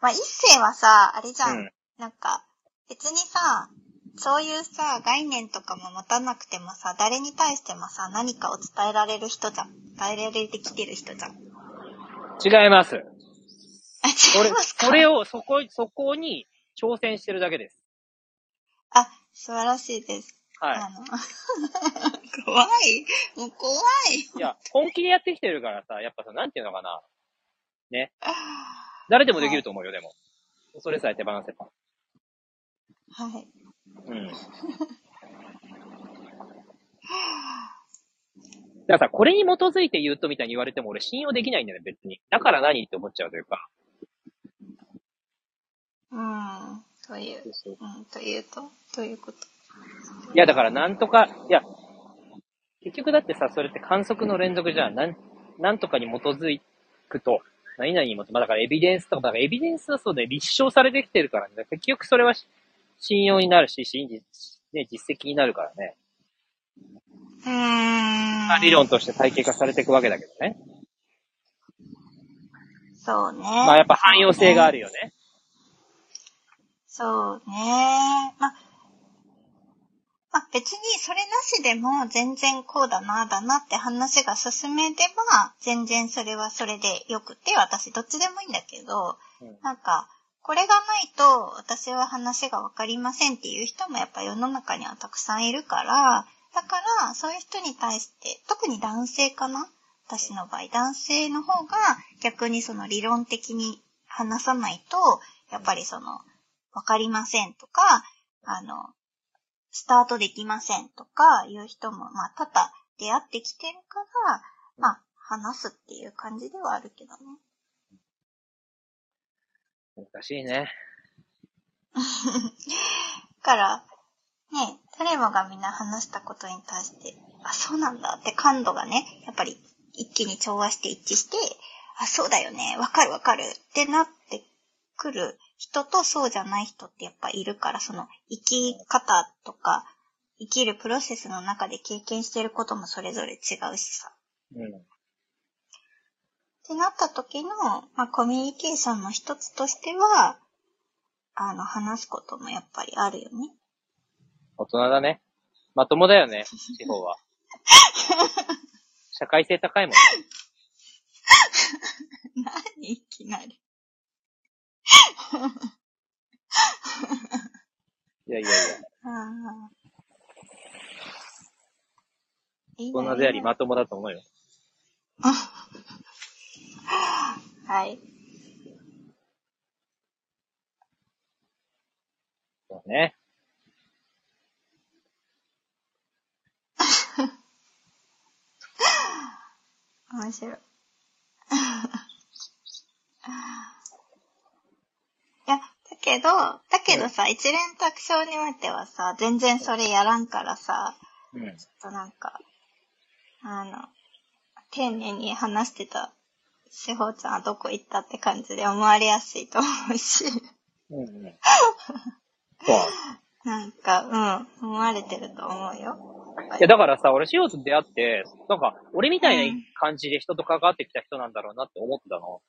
Speaker 2: まあ一世はさ、あれじゃん。
Speaker 1: うん
Speaker 2: なんか、別にさ、そういうさ、概念とかも持たなくてもさ、誰に対してもさ、何かを伝えられる人じゃん。伝えられてきてる人じゃん。
Speaker 1: 違います。
Speaker 2: あ、
Speaker 1: そ
Speaker 2: 違
Speaker 1: れ
Speaker 2: います、か
Speaker 1: それを、そこ、そこに挑戦してるだけです。
Speaker 2: あ、素晴らしいです。
Speaker 1: は
Speaker 2: あの、怖い。もう怖い。
Speaker 1: い。いや、本気でやってきてるからさ、やっぱさ、なんていうのかな。ね。誰でもできると思うよ、でも。それさえ手放せば。
Speaker 2: はい。
Speaker 1: うん。だからさ、これに基づいて言うとみたいに言われても俺信用できないんだよね、別に。だから何って思っちゃうというか。
Speaker 2: うん、という。うん、というと、ということ。
Speaker 1: いや、だからなんとか、いや、結局だってさ、それって観測の連続じゃん。なん、なんとかに基づくと、何々にも、まあだからエビデンスとか、だからエビデンスはそうで立証されてきてるからね。結局それはし信用になるし、信じ、ね、実績になるからね。
Speaker 2: うーん。
Speaker 1: 理論として体系化されていくわけだけどね。
Speaker 2: そうね。
Speaker 1: まあやっぱ汎用性があるよね。
Speaker 2: そうね。まあ、まあ別にそれなしでも全然こうだな、だなって話が進めれば、全然それはそれでよくて、私どっちでもいいんだけど、
Speaker 1: うん
Speaker 2: なんか、これがないと私は話がわかりませんっていう人もやっぱ世の中にはたくさんいるから、だからそういう人に対して、特に男性かな私の場合、男性の方が逆にその理論的に話さないと、やっぱりその、わかりませんとか、あの、スタートできませんとかいう人も、まあ、多々出会ってきてるから、まあ、話すっていう感じではあるけどね。
Speaker 1: 難しいね。
Speaker 2: だから、ね、誰もがみんな話したことに対して、あ、そうなんだって感度がね、やっぱり一気に調和して一致して、あ、そうだよね、わかるわかるってなってくる人とそうじゃない人ってやっぱいるから、その生き方とか、生きるプロセスの中で経験してることもそれぞれ違うしさ。
Speaker 1: うん。
Speaker 2: ってなった時の、まあ、コミュニケーションの一つとしては、あの、話すこともやっぱりあるよね。
Speaker 1: 大人だね。まともだよね、地方は。社会性高いもん。
Speaker 2: 何 いきなり。
Speaker 1: いやいやいや。
Speaker 2: ああ。いい
Speaker 1: 大人であり
Speaker 2: ま
Speaker 1: まともだと思うよ。
Speaker 2: はい。
Speaker 1: そうね。
Speaker 2: 面白い。い や、だけど、だけどさ、一連卓上においてはさ、全然それやらんからさ、
Speaker 1: うん。
Speaker 2: ちょっとなんか、あの、丁寧に話してた、しほうちゃんはどこ行ったって感じで思われやすいと思うし、
Speaker 1: うんうん。そう。
Speaker 2: なんか、うん、思われてると思うよ。
Speaker 1: いや、だからさ、俺、シオと出会って、なんか、俺みたいな感じで人と関わってきた人なんだろうなって思ってたの。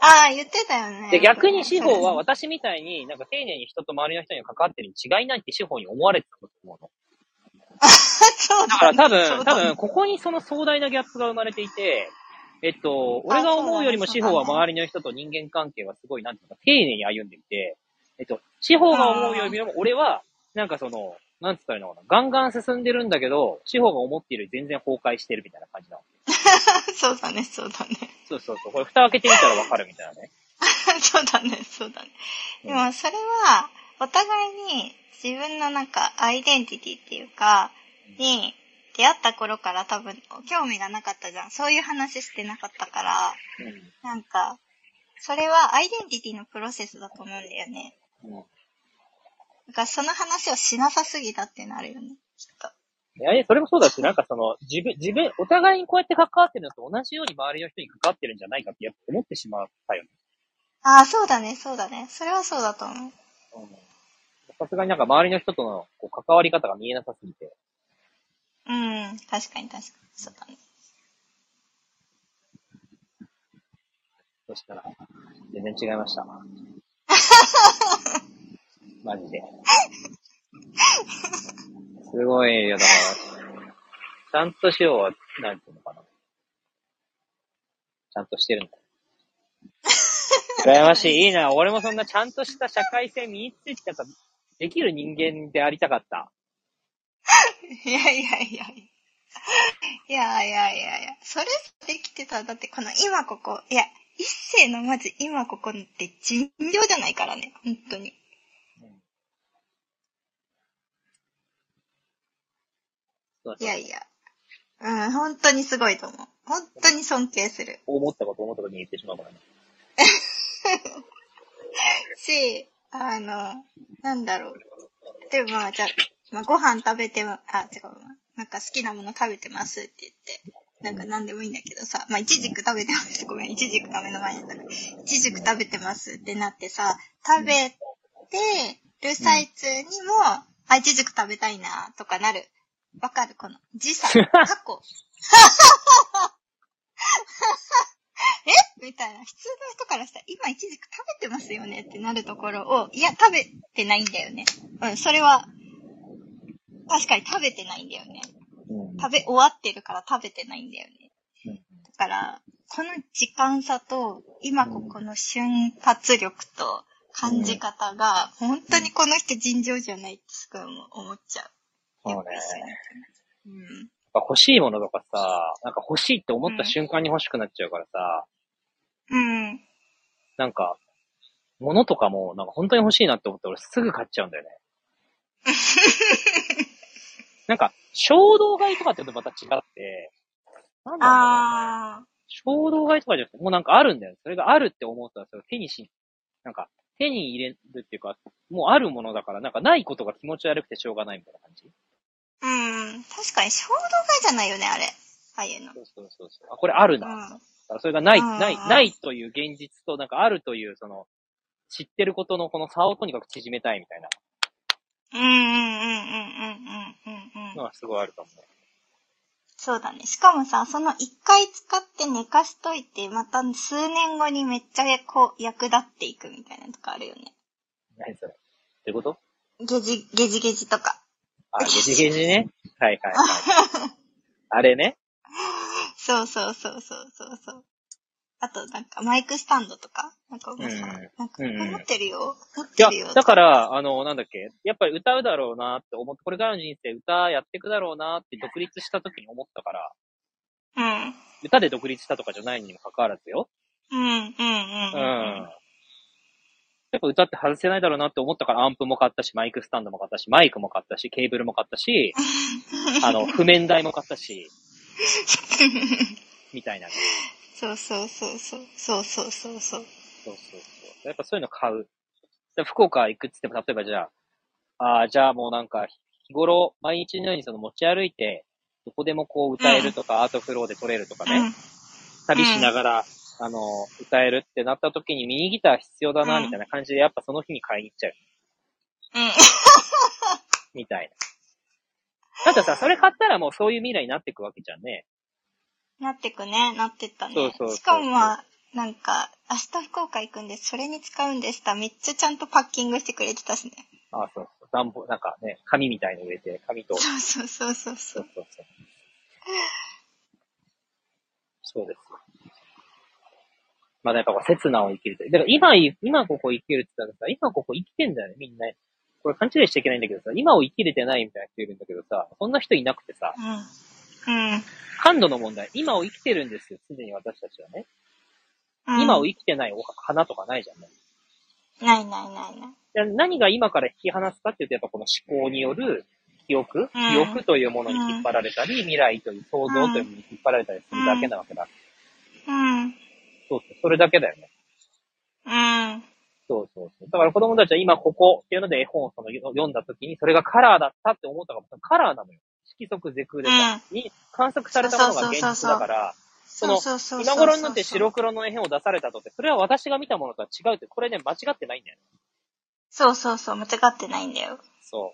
Speaker 2: ああ、言ってたよね。
Speaker 1: で、逆に司法は私みたいになんか丁寧に人と周りの人に関わってるに違いないって司法に思われてたと思うの。
Speaker 2: そう
Speaker 1: だから多
Speaker 2: そ
Speaker 1: 分、
Speaker 2: うだ
Speaker 1: 多
Speaker 2: ね
Speaker 1: 分、ここにその壮大なギャップが生まれていて、えっと、俺が思うよりも司法は周りの人と人間関係はすごい、なんていうか、丁寧に歩んでいて、えっと、司法が思うよりも俺は、なんかその、なんつったらいいのかな、ガンガン進んでるんだけど、司法が思っているより全然崩壊してるみたいな感じなの。
Speaker 2: そうだね、そうだね。
Speaker 1: そうそうそう。これ蓋開けてみたらわかるみたいなね。
Speaker 2: そうだね、そうだね。でもそれは、お互いに自分のなんかアイデンティティっていうか、に出会った頃から多分興味がなかったじゃん。そういう話してなかったから、なんか、それはアイデンティティのプロセスだと思うんだよね。
Speaker 1: うん。うん
Speaker 2: だからその話をしなさすぎだってなるよね。きっと。
Speaker 1: いや、いやそれもそうだし、なんかその、自分、自分、お互いにこうやって関わってるのと同じように周りの人に関わってるんじゃないかってやっぱ思ってしまったよね。
Speaker 2: ああ、そうだね、そうだね。それはそうだと思う。
Speaker 1: うん。さすがになんか周りの人とのこう関わり方が見えなさすぎて。
Speaker 2: うん、確かに確かに。そうだね。
Speaker 1: そしたら、全然違いました。マジで。すごいよ、だから。ちゃんとしようは、なんていうのかな。ちゃんとしてるの。羨ましい。いいな。俺もそんなちゃんとした社会性身についてたか、できる人間でありたかった。
Speaker 2: いやいやいやいや。いやいやいやいや。それできてたら、だってこの今ここ、いや、一世のまず今ここって尋常じゃないからね、本当に。
Speaker 1: そう
Speaker 2: いやいや。うん、本当にすごいと思う。本当に尊敬する。
Speaker 1: 思ったこと思ったことに言ってしまうからね。
Speaker 2: し、あの、なんだろう。例えばまあ、じゃあ、まあ、ご飯食べても、あ、違うわ、なんか好きなもの食べてますって言って、なんか何でもいいんだけどさ、まあ、いちじく食べてます。ごめん、いちじくが目の前にあったから。いちじく食べてますってなってさ、食べてる最中にも、あ、いちじく食べたいな、とかなる。わかるこの、時差、過去。 えみたいな。普通の人からしたら、今いちじく食べてますよねってなるところを、いや、食べてないんだよね。うん、それは、確かに食べてないんだよね。
Speaker 1: うん
Speaker 2: 食べ終わってるから食べてないんだよね。
Speaker 1: うん
Speaker 2: だから、この時間差と、今ここの瞬発力と感じ方が、本当にこの人尋常じゃないってすごい思っちゃう。
Speaker 1: そうね
Speaker 2: やっぱ一緒にいてね
Speaker 1: やっぱ欲しいものとかさ、なんか欲しいって思った瞬間に欲しくなっちゃうからさ、
Speaker 2: うん。うん。
Speaker 1: なんか、物とかも、なんか本当に欲しいなって思って俺すぐ買っちゃうんだよね。なんか、衝動買いとかって言うとまた違って、なんだろうな
Speaker 2: あ
Speaker 1: 衝動買いとかじゃなくて、もうなんかあるんだよ。それがあるって思ったら、それを手にし、なんか、手に入れるっていうか、もうあるものだから、なんかないことが気持ち悪くてしょうがないみたいな感じ。
Speaker 2: ー。うん。確かに衝動買いじゃないよね、あれ。ああいうの。
Speaker 1: そうそうそうそう。あ、これあるな。
Speaker 2: うん。
Speaker 1: だからそれがない、
Speaker 2: あー
Speaker 1: ない、ないという現実と、なんかあるという、その、知ってることのこの差をとにかく縮めたいみたいな
Speaker 2: うんうんうんうんうんうんうんうん
Speaker 1: の。はすごいあると思う。
Speaker 2: そうだね。しかもさ、その一回使って寝かしといて、また数年後にめっちゃこう役立っていくみたいなとかあるよね。
Speaker 1: 何それってこと
Speaker 2: ゲジ、ゲジゲジとか。
Speaker 1: あ、ゲジゲジね。はいはいはい。 あれね。
Speaker 2: そうそうそうそうそうそう。あと、なんか、マイクスタンドとかなんかもうさ、
Speaker 1: うん
Speaker 2: なんか、こ
Speaker 1: うんうん
Speaker 2: れ持ってるよ。持っ
Speaker 1: い
Speaker 2: て
Speaker 1: や
Speaker 2: るよ。、
Speaker 1: だから、あの、なんだっけ、やっぱり歌うだろうなって思って、これからの人生歌やってくだろうなって独立した時に思ったから、
Speaker 2: うん。
Speaker 1: 歌で独立したとかじゃないにも関わらずよ。
Speaker 2: うん、う
Speaker 1: うん。
Speaker 2: ん、うん。うん
Speaker 1: やっぱ歌って外せないだろうなって思ったから、アンプも買ったし、マイクスタンドも買ったし、マイクも買ったし、ケーブルも買った し、あの、譜面台も買ったし、みたいなね。
Speaker 2: そうそうそうそう。そうそうそうそ
Speaker 1: そ
Speaker 2: う。
Speaker 1: うそうそう。やっぱそういうの買う。で福岡行くっつっても、例えばじゃあ、ああ、じゃあもうなんか、日頃、毎日のようにその持ち歩いて、どこでもこう歌えるとか、アートフローで撮れるとかね、
Speaker 2: うん。
Speaker 1: 旅しながら、あの、歌えるってなった時にミニギター必要だな、
Speaker 2: うん
Speaker 1: みたいな感じで、やっぱその日に買いに行っちゃう。
Speaker 2: うん。
Speaker 1: みたいな。だってさ、それ買ったらもうそういう未来になっていくわけじゃんね。
Speaker 2: なってくね、なってったね。
Speaker 1: そうそうそう
Speaker 2: しかもまあ、なんか、明日福岡行くんで、それに使うんでした。めっちゃちゃんとパッキングしてくれてたしね。
Speaker 1: ああ、そうそう。暖房、なんかね、紙みたいの植えて、紙と
Speaker 2: そうそうそうそうそ
Speaker 1: そうう。そうそう。そうですよ。まあやっぱこう、刹那を生きると。だから今い、今ここ生きるって言ったらさ、今ここ生きてんだよね、みんな。これ勘違いしちゃいけないんだけどさ、今を生きれてないみたいな人いるんだけどさ、そんな人いなくてさ、
Speaker 2: うん。うん。
Speaker 1: 感度の問題、今を生きてるんですよ、常に私たちはね。
Speaker 2: うん
Speaker 1: 今を生きてないお花とかないじゃんね。
Speaker 2: ないないないない。
Speaker 1: で何が今から引き離すかっていうと、やっぱこの思考による記憶、
Speaker 2: うん
Speaker 1: 記憶というものに引っ張られたり、未来という想像というものに引っ張られたりするだけなわけだ。
Speaker 2: うん。うん。
Speaker 1: そうそう、それだけだよね。
Speaker 2: うん。
Speaker 1: そうそうそう。だから子供たちは今ここっていうので絵本をその読んだ時に、それがカラーだったって思ったかも。カラーなのよ。色即是空でさ、に観測されたものが現実だから、その
Speaker 2: そうそうそうそう
Speaker 1: 今頃になって白黒の絵本を出されたとって、それは私が見たものとは違うって、これね、間違ってないんだよね。
Speaker 2: そうそうそう、間違ってないんだよ。
Speaker 1: そ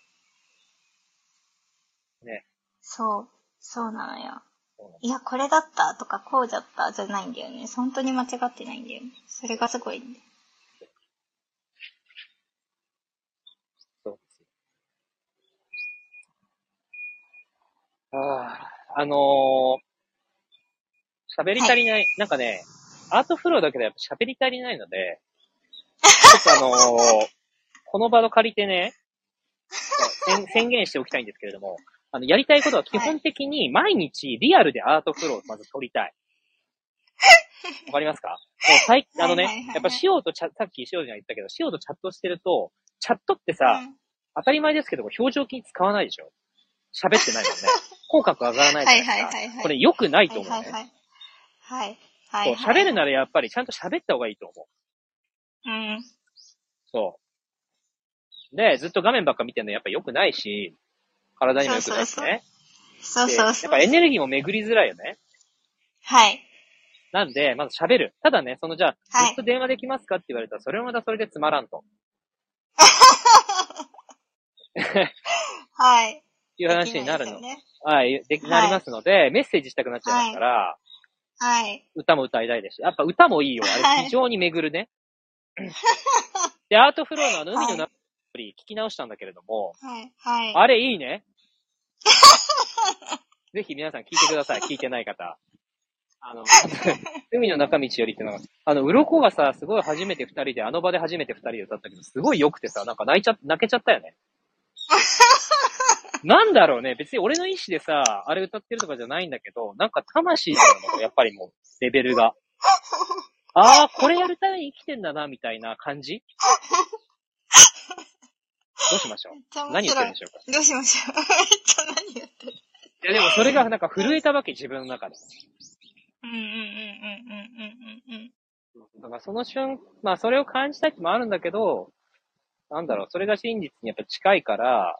Speaker 1: う。ね。
Speaker 2: そう。そうなのよ。
Speaker 1: そうなんだ
Speaker 2: いや、これだったとか、こうだったじゃないんだよね。本当に間違ってないんだよね。それがすごいんだよ。
Speaker 1: そうですよ。ああ、あのー、喋り足りない,、なんかね、アートフローだけでやっぱ喋り足りないの で、ちょっとあのー、この場を借りてね、宣宣言しておきたいんですけれども、あの、やりたいことは基本的に毎日リアルでアートフローをまず撮り たい。わかりますかもう最あの
Speaker 2: はいはいはい
Speaker 1: ね
Speaker 2: は、い
Speaker 1: やっぱ塩とチャ、さっき塩には言ったけど、塩とチャットしてると、チャットってさ、
Speaker 2: うん
Speaker 1: 当たり前ですけども、表情筋使わないでしょ喋って ないもんね。口角上がらないじゃないですか。
Speaker 2: はいはいはいはい
Speaker 1: これ良くないと
Speaker 2: はい
Speaker 1: 思うね。
Speaker 2: はいはい。はい。は
Speaker 1: そ
Speaker 2: いうはい。
Speaker 1: 喋るならやっぱりちゃんと喋った方がいいと思う。
Speaker 2: うん。
Speaker 1: そう。で、ずっと画面ばっか見てるのやっぱ良くないし、体にも良くないしね。
Speaker 2: そう
Speaker 1: で
Speaker 2: そ
Speaker 1: や
Speaker 2: う
Speaker 1: っ
Speaker 2: そう。
Speaker 1: ぱエネルギーも巡りづらいよね。
Speaker 2: はい。
Speaker 1: なんで、まず喋る。ただね、そのじゃあ、
Speaker 2: はい
Speaker 1: ずっと電話できますかって言われたら、それはまたそれでつまらんと。
Speaker 2: はい。
Speaker 1: いう話になる
Speaker 2: で
Speaker 1: の
Speaker 2: き。いですよね
Speaker 1: はい、でき、
Speaker 2: はい
Speaker 1: なりますので、メッセージしたくなっちゃいますから、
Speaker 2: はい。
Speaker 1: 歌も歌いたいですし、やっぱ歌もいいよ。あ
Speaker 2: は
Speaker 1: れ、
Speaker 2: い
Speaker 1: 非常に巡る ね。で、アートフローのあの、海の中のアプリ聞き直したんだけれども、
Speaker 2: はい。はい。
Speaker 1: あれいいね。ぜひ皆さん聞いてください。聞いてない方。あの、海の中道よりってのが、あの、鱗がさ、すごい初めて二人で、あの場で初めて二人で歌ったけど、すごい良くてさ、なんか泣いちゃ、泣けちゃったよね。なんだろうね。別に俺の意思でさ、あれ歌ってるとかじゃないんだけど、なんか魂なのよやっぱりもう、レベルが。ああ、これやるために生きてんだな、みたいな感じどうしましょ
Speaker 2: めっちゃ
Speaker 1: う
Speaker 2: 面
Speaker 1: 何言ってるん
Speaker 2: 白い
Speaker 1: で。しょうか
Speaker 2: どうしましょう。めっちゃ何言ってる。
Speaker 1: いや、でもそれがなんか震えたわけ、自分の中で。
Speaker 2: うんうんうんうんうんうんうんうん。
Speaker 1: だからその瞬、まあそれを感じたいってもあるんだけど、なんだろう、それが真実にやっぱ近いから、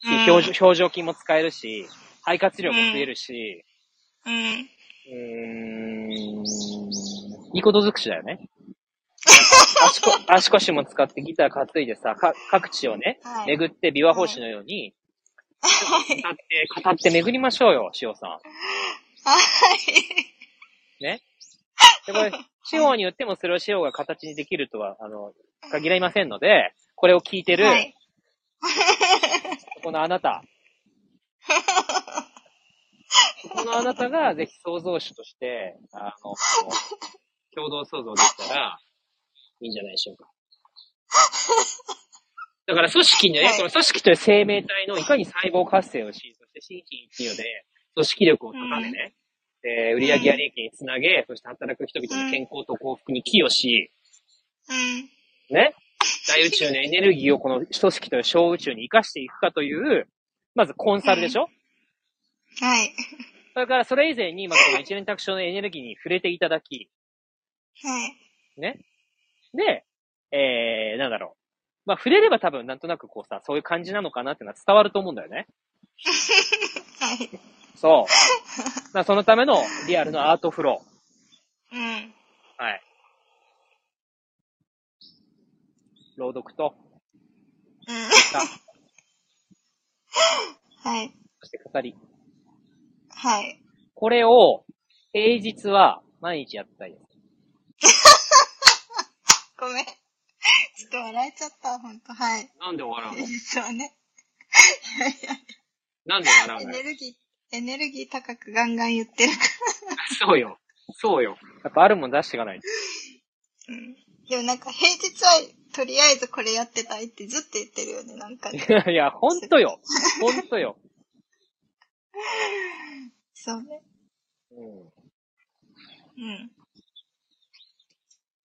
Speaker 1: し
Speaker 2: うん
Speaker 1: 表情表情筋も使えるし、肺活量も増えるし、
Speaker 2: うん。
Speaker 1: うーん、いいこと尽くしだよね。足こ足腰も使ってギター担いでさ、か各地をね、
Speaker 2: はい。
Speaker 1: 巡って琵琶法師のように、
Speaker 2: はい。
Speaker 1: 語って、語って巡りましょうよ、しおさん。
Speaker 2: はい。
Speaker 1: ね。で、これ、地方によってもそれをしおが形にできるとは、あの、限りませんので、これを聞いてる、
Speaker 2: はい。
Speaker 1: このあなた。このあなたが、ぜひ創造主として、あの、共同創造できたら、いいんじゃないでしょうか。だから組織にね、
Speaker 2: はい
Speaker 1: この組織という生命体のいかに細胞活性をし、そして心身一用で、組織力を高めね、で売上や利益につなげ、そして働く人々の健康と幸福に寄与し、
Speaker 2: うん。
Speaker 1: ね、大宇宙のエネルギーをこの組織という小宇宙に生かしていくかという、まずコンサルでしょ、
Speaker 2: はい。
Speaker 1: それからそれ以前に、まずこの一連卓上のエネルギーに触れていただき、
Speaker 2: はい。
Speaker 1: で、えー、なんだろう。まあ、触れれば多分なんとなくこうさ、そういう感じなのかなっていうのは伝わると思うんだよね。
Speaker 2: はい。
Speaker 1: そう。まあ、そのためのリアルのアートフロ
Speaker 2: うん。
Speaker 1: ー。はい。朗読と、
Speaker 2: うん。
Speaker 1: 歌
Speaker 2: はい。
Speaker 1: そして語り。
Speaker 2: はい。
Speaker 1: これを、平日は毎日やったいです。
Speaker 2: ごめん。ちょっと笑えちゃった、ほんと。はい。
Speaker 1: なんで笑うの
Speaker 2: 実はね。
Speaker 1: なんで笑
Speaker 2: エ
Speaker 1: うの
Speaker 2: ネルギー、エネルギー高くガンガン言ってるか
Speaker 1: そうよ。そうよ。やっぱあるもん出していかないと。
Speaker 2: ら。うん。でもなんか平日は、とりあえずこれやってたいってずっと言ってるよね、なんかね。
Speaker 1: いやいや、ほんと よ。ほんとよ。
Speaker 2: そうね。
Speaker 1: うん。
Speaker 2: うん。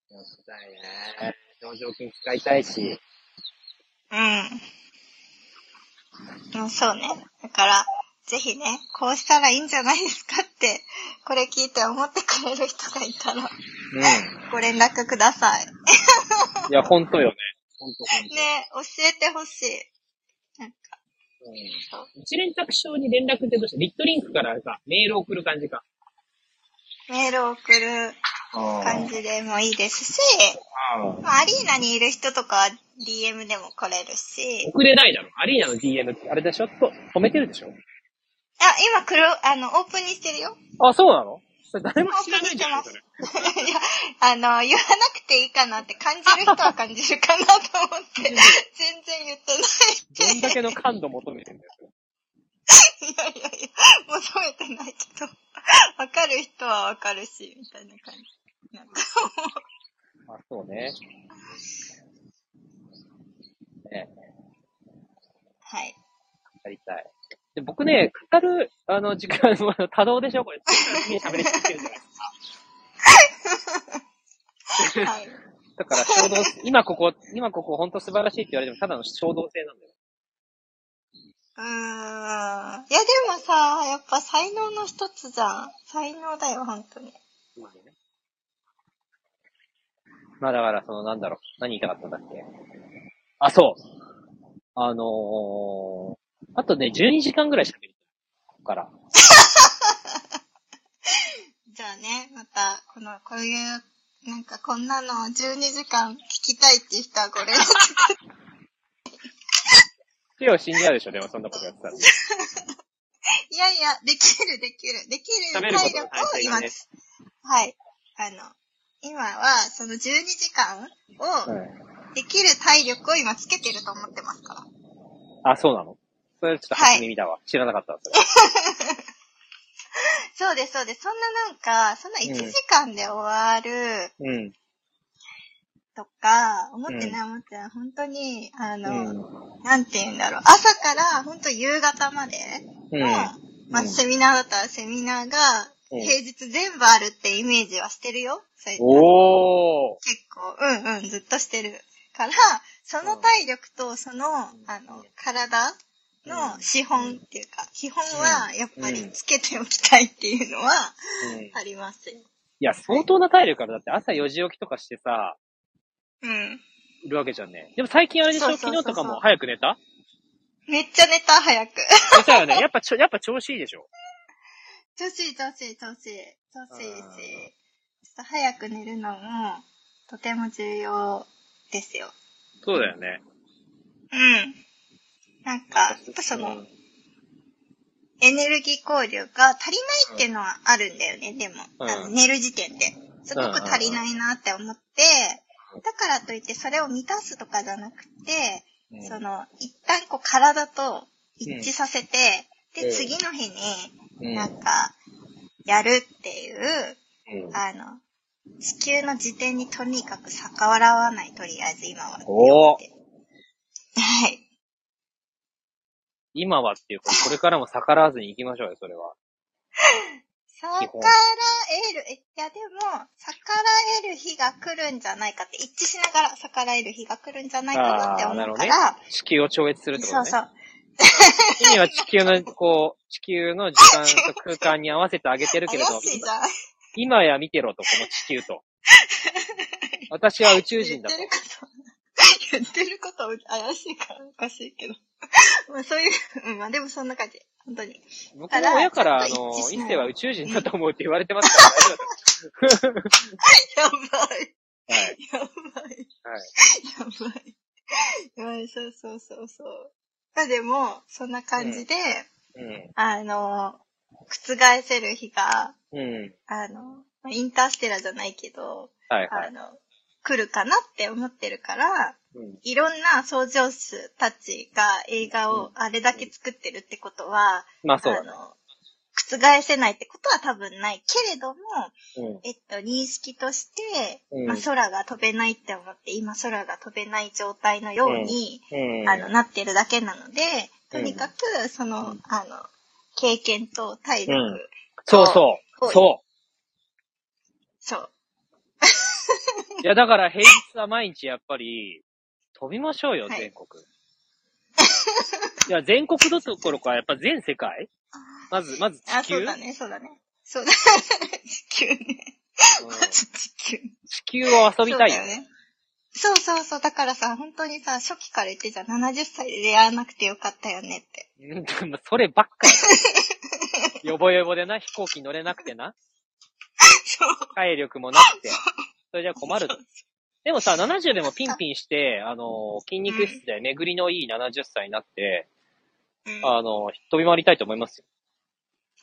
Speaker 1: やきたいね。表情筋使いたいし。
Speaker 2: うん。うん、そうね。だから、ぜひね、こうしたらいいんじゃないですかって、これ聞いて思ってくれる人がいたら、
Speaker 1: うん。
Speaker 2: ご連絡ください。ね、
Speaker 1: いや、本当よね。本当本当。
Speaker 2: 教えてほしい。
Speaker 3: うん一連卓上に連絡ってどうしてリットリンクからさ、メール送る感じか。
Speaker 2: メールを送る
Speaker 1: うん。
Speaker 2: 感じでもいいですし、
Speaker 1: あー
Speaker 2: まあアリーナにいる人とかは DM でも来れるし、
Speaker 3: 送れないだろ。アリーナの DM って。
Speaker 1: あれでしょと、止めてるでしょ
Speaker 2: あ、今黒、あの、オープンにしてるよ。
Speaker 1: あ、そうなのそれ誰も
Speaker 2: オー
Speaker 1: 知
Speaker 2: プ
Speaker 1: ら
Speaker 2: ンに
Speaker 1: ないじ
Speaker 2: して
Speaker 1: ゃん
Speaker 2: ま
Speaker 1: そ
Speaker 2: す。い
Speaker 1: れ。
Speaker 2: や、あの、言わなくていいかなって感じる人は感じるかなと思って、全然言ってな
Speaker 1: ど
Speaker 2: い。
Speaker 1: んだけの感度求めてんだよ。
Speaker 2: いやいやいや、求めてないけど、わかる人はわかるし、みたいな感じ。なんか、
Speaker 1: あ、そうね。ね、
Speaker 2: はい。
Speaker 1: やりたい。で僕ね、語る、あの、時間 も多動でしょこれ。次から次に喋り続けるじゃない
Speaker 2: はい。
Speaker 1: だから衝動、今ここ、今ここ本当素晴らしいって言われても、ただの衝動性なんだよ。
Speaker 2: うーん。いや、でもさ、やっぱ才能の一つじゃん。才能だよ、本当に。
Speaker 1: まあね。まあだから、その、なんだろう、何言いたかったんだっけ。あ、そう。あのー、あとね、12時間ぐらい喋りたい。ここから。
Speaker 2: じゃあね、また、この、こういう、なんかこんなのを12時間聞きたいっていう人はご連絡。
Speaker 1: 手を死んじゃうでしょ、でもそんなことやってたら。
Speaker 2: いやいや、できる、できる、でき
Speaker 1: 喋
Speaker 2: る
Speaker 1: るこ
Speaker 2: 体
Speaker 1: と
Speaker 2: 力
Speaker 1: の体
Speaker 2: を
Speaker 1: 制
Speaker 2: 今、
Speaker 1: がね
Speaker 2: はい。あの、今は、その12時間を、
Speaker 1: うん。
Speaker 2: できる体力を今つけてると思ってますから。
Speaker 1: あ、そうなのそれちょっと初耳だわ。知らなかったわ、それ。
Speaker 2: そうです、そうです。そんななんか、そんな1時間で終わる
Speaker 1: うん。
Speaker 2: とか、思ってない思ってない。本当に、あの、
Speaker 1: う
Speaker 2: なんて言うんだろう。朝から、本当夕方まで
Speaker 1: ん。う
Speaker 2: の、
Speaker 1: ん。
Speaker 2: まあ、セミナーだったらセミナーが、
Speaker 1: うん
Speaker 2: 平日全部あるってイメージはしてるよ。それ
Speaker 1: おー
Speaker 2: 結構、うんうん、ずっとしてるから、その体力とその、あの、体の資本っていうか、基本はやっぱりつけておきたいっていうのは
Speaker 1: うん。い
Speaker 2: ありますよ。
Speaker 1: や、相当な体力からだって朝4時起きとかしてさ、
Speaker 2: うん。
Speaker 1: いるわけじゃんね。でも最近あれでし
Speaker 2: そ
Speaker 1: ょ
Speaker 2: うそう
Speaker 1: 昨
Speaker 2: そうそう
Speaker 1: 日とかも早く寝た
Speaker 2: めっちゃ寝た、早く。
Speaker 1: 寝たよね。やっぱちょ、やっぱ調子いいでしょ
Speaker 2: 調子いい、調子いい、調子いい、調子いいし、ちょっと早く寝るのも、とても重要ですよ。
Speaker 1: そうだよね。
Speaker 2: うん。なんか、やっぱその、エネルギー交流が足りないっていうのはあるんだよね、でも。
Speaker 1: うん
Speaker 2: あの寝る時点で。すごく足りないなって思って、だからといってそれを満たすとかじゃなくて、
Speaker 1: うん、
Speaker 2: その、一旦こう体と一致させて、
Speaker 1: う
Speaker 2: で、
Speaker 1: ん
Speaker 2: 次の日に
Speaker 1: うん、
Speaker 2: なんか、やるっていう、
Speaker 1: うん
Speaker 2: あの、地球の時点にとにかく逆らわない、とりあえず今は。
Speaker 1: おー
Speaker 2: はい。
Speaker 1: 今はっていうか、これからも逆らわずに行きましょうよ、それは。
Speaker 2: 逆らえる、えいやでも、逆らえる日が来るんじゃないかって、一致しながら逆らえる日が来るんじゃないかなって
Speaker 1: あーなる
Speaker 2: 思う
Speaker 1: ほどね
Speaker 2: から、
Speaker 1: 地球を超越するってこと
Speaker 2: そう
Speaker 1: ね。
Speaker 2: そう。
Speaker 1: 意味は地球の、こう、地球の時間と空間に合わせてあげてるけ
Speaker 2: 怪
Speaker 1: れど、
Speaker 2: しいじゃん。
Speaker 1: 今や見てろと、この地球 と。私は宇宙
Speaker 2: 言
Speaker 1: 人
Speaker 2: っ
Speaker 1: だと
Speaker 2: て。ること、言ってること怪しいからおかしいけど。まあそういう、うん、まあでもそんな感じ。本当に。
Speaker 1: 僕の親から、あ
Speaker 2: ちょっと
Speaker 1: の
Speaker 2: 一致、しない
Speaker 1: 一世は宇宙人だと思うって言われてますから大丈夫 だと思
Speaker 2: やばい。
Speaker 1: う。はい。
Speaker 2: やばい。
Speaker 1: はい。
Speaker 2: やばい。やばい、そうそうそうそう。まあでも、そんな感じで、
Speaker 1: うん。
Speaker 2: あの、覆せる日が、
Speaker 1: うん。
Speaker 2: あの、インターステラじゃないけど、
Speaker 1: はいは
Speaker 2: あ
Speaker 1: い。
Speaker 2: の、来るかなって思ってるから、
Speaker 1: うん。
Speaker 2: いろんな創造主たちが映画をあれだけ作ってるってことは、
Speaker 1: まあそう
Speaker 2: あ
Speaker 1: だね。
Speaker 2: の、覆せないってことは多分ないけれども、
Speaker 1: うん。
Speaker 2: えっと、認識として、
Speaker 1: うん
Speaker 2: まあ、空が飛べないって思って、今空が飛べない状態のように、
Speaker 1: うん。
Speaker 2: あの、なってるだけなので、とにかく、その、あの、経験と体力、
Speaker 1: うんそうそう。そう。
Speaker 2: そう。
Speaker 1: いや、だから平日は毎日やっぱり、飛びましょうよ、
Speaker 2: はい
Speaker 1: 全国。いや、全国どころか、やっぱ全世 界まず、まず
Speaker 2: あ、
Speaker 1: 地球
Speaker 2: そうだね、そうだね。そうだ。 地球ね。
Speaker 1: うん
Speaker 2: まず地球。
Speaker 1: 地球を遊びたいよ
Speaker 2: そうだ
Speaker 1: ね。
Speaker 2: よね。そうそうそう。だからさ、本当にさ、初期から言ってた70歳で出会わなくてよかったよねって。
Speaker 1: うんでもそればっかり。よぼよぼでな、飛行機乗れなくてな、
Speaker 2: そう。
Speaker 1: 体力もなくて、それじゃ困ると。でもさ、70でもピンピンして、あの、筋肉質で巡りのいい70歳になって、
Speaker 2: うん
Speaker 1: あの、飛び回りたいと思いますよ。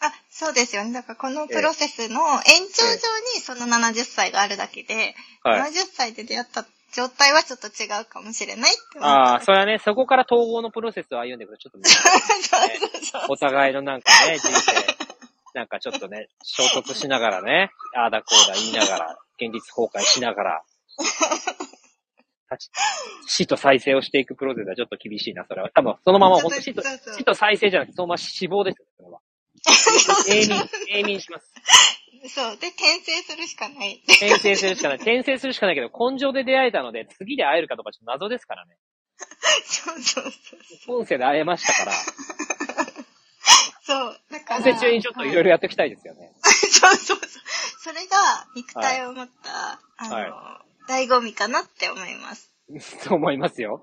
Speaker 2: あ、そうですよね。だからこのプロセスの延長上にその70歳があるだけで、
Speaker 1: はい。
Speaker 2: 70歳で出会った状態はちょっと違うかもしれないって思
Speaker 1: ああ、
Speaker 2: った
Speaker 1: それはね、そこから統合のプロセスを歩んでいくと、ちょっとね、
Speaker 2: そうそうそう。
Speaker 1: お互いのなんかね、人生、なんかちょっとね、衝突しながらね、ああだこうだ言いながら、現実崩壊しながら、立ち死と再生をしていくプロセスはちょっと厳しいな、それは。多分、そのまま本当死と、
Speaker 2: そうそう
Speaker 1: 死と再生じゃなくて、そのまま死亡ですよ、そのまま。永眠、永眠します。
Speaker 2: そう。で、転生するしかない。
Speaker 1: 転生するしかない。転生するしかないけど、根性で出会えたので、次で会えるかとかちょっと謎ですからね。
Speaker 2: そうそうそう。
Speaker 1: 今世で会えましたから、
Speaker 2: そう。だから。
Speaker 1: 今世中にちょっといろいろやっておきたいですよね。
Speaker 2: そうそうそう。それが肉体を持った、
Speaker 1: はい
Speaker 2: あの、醍醐味かなって思います。
Speaker 1: と思いますよ。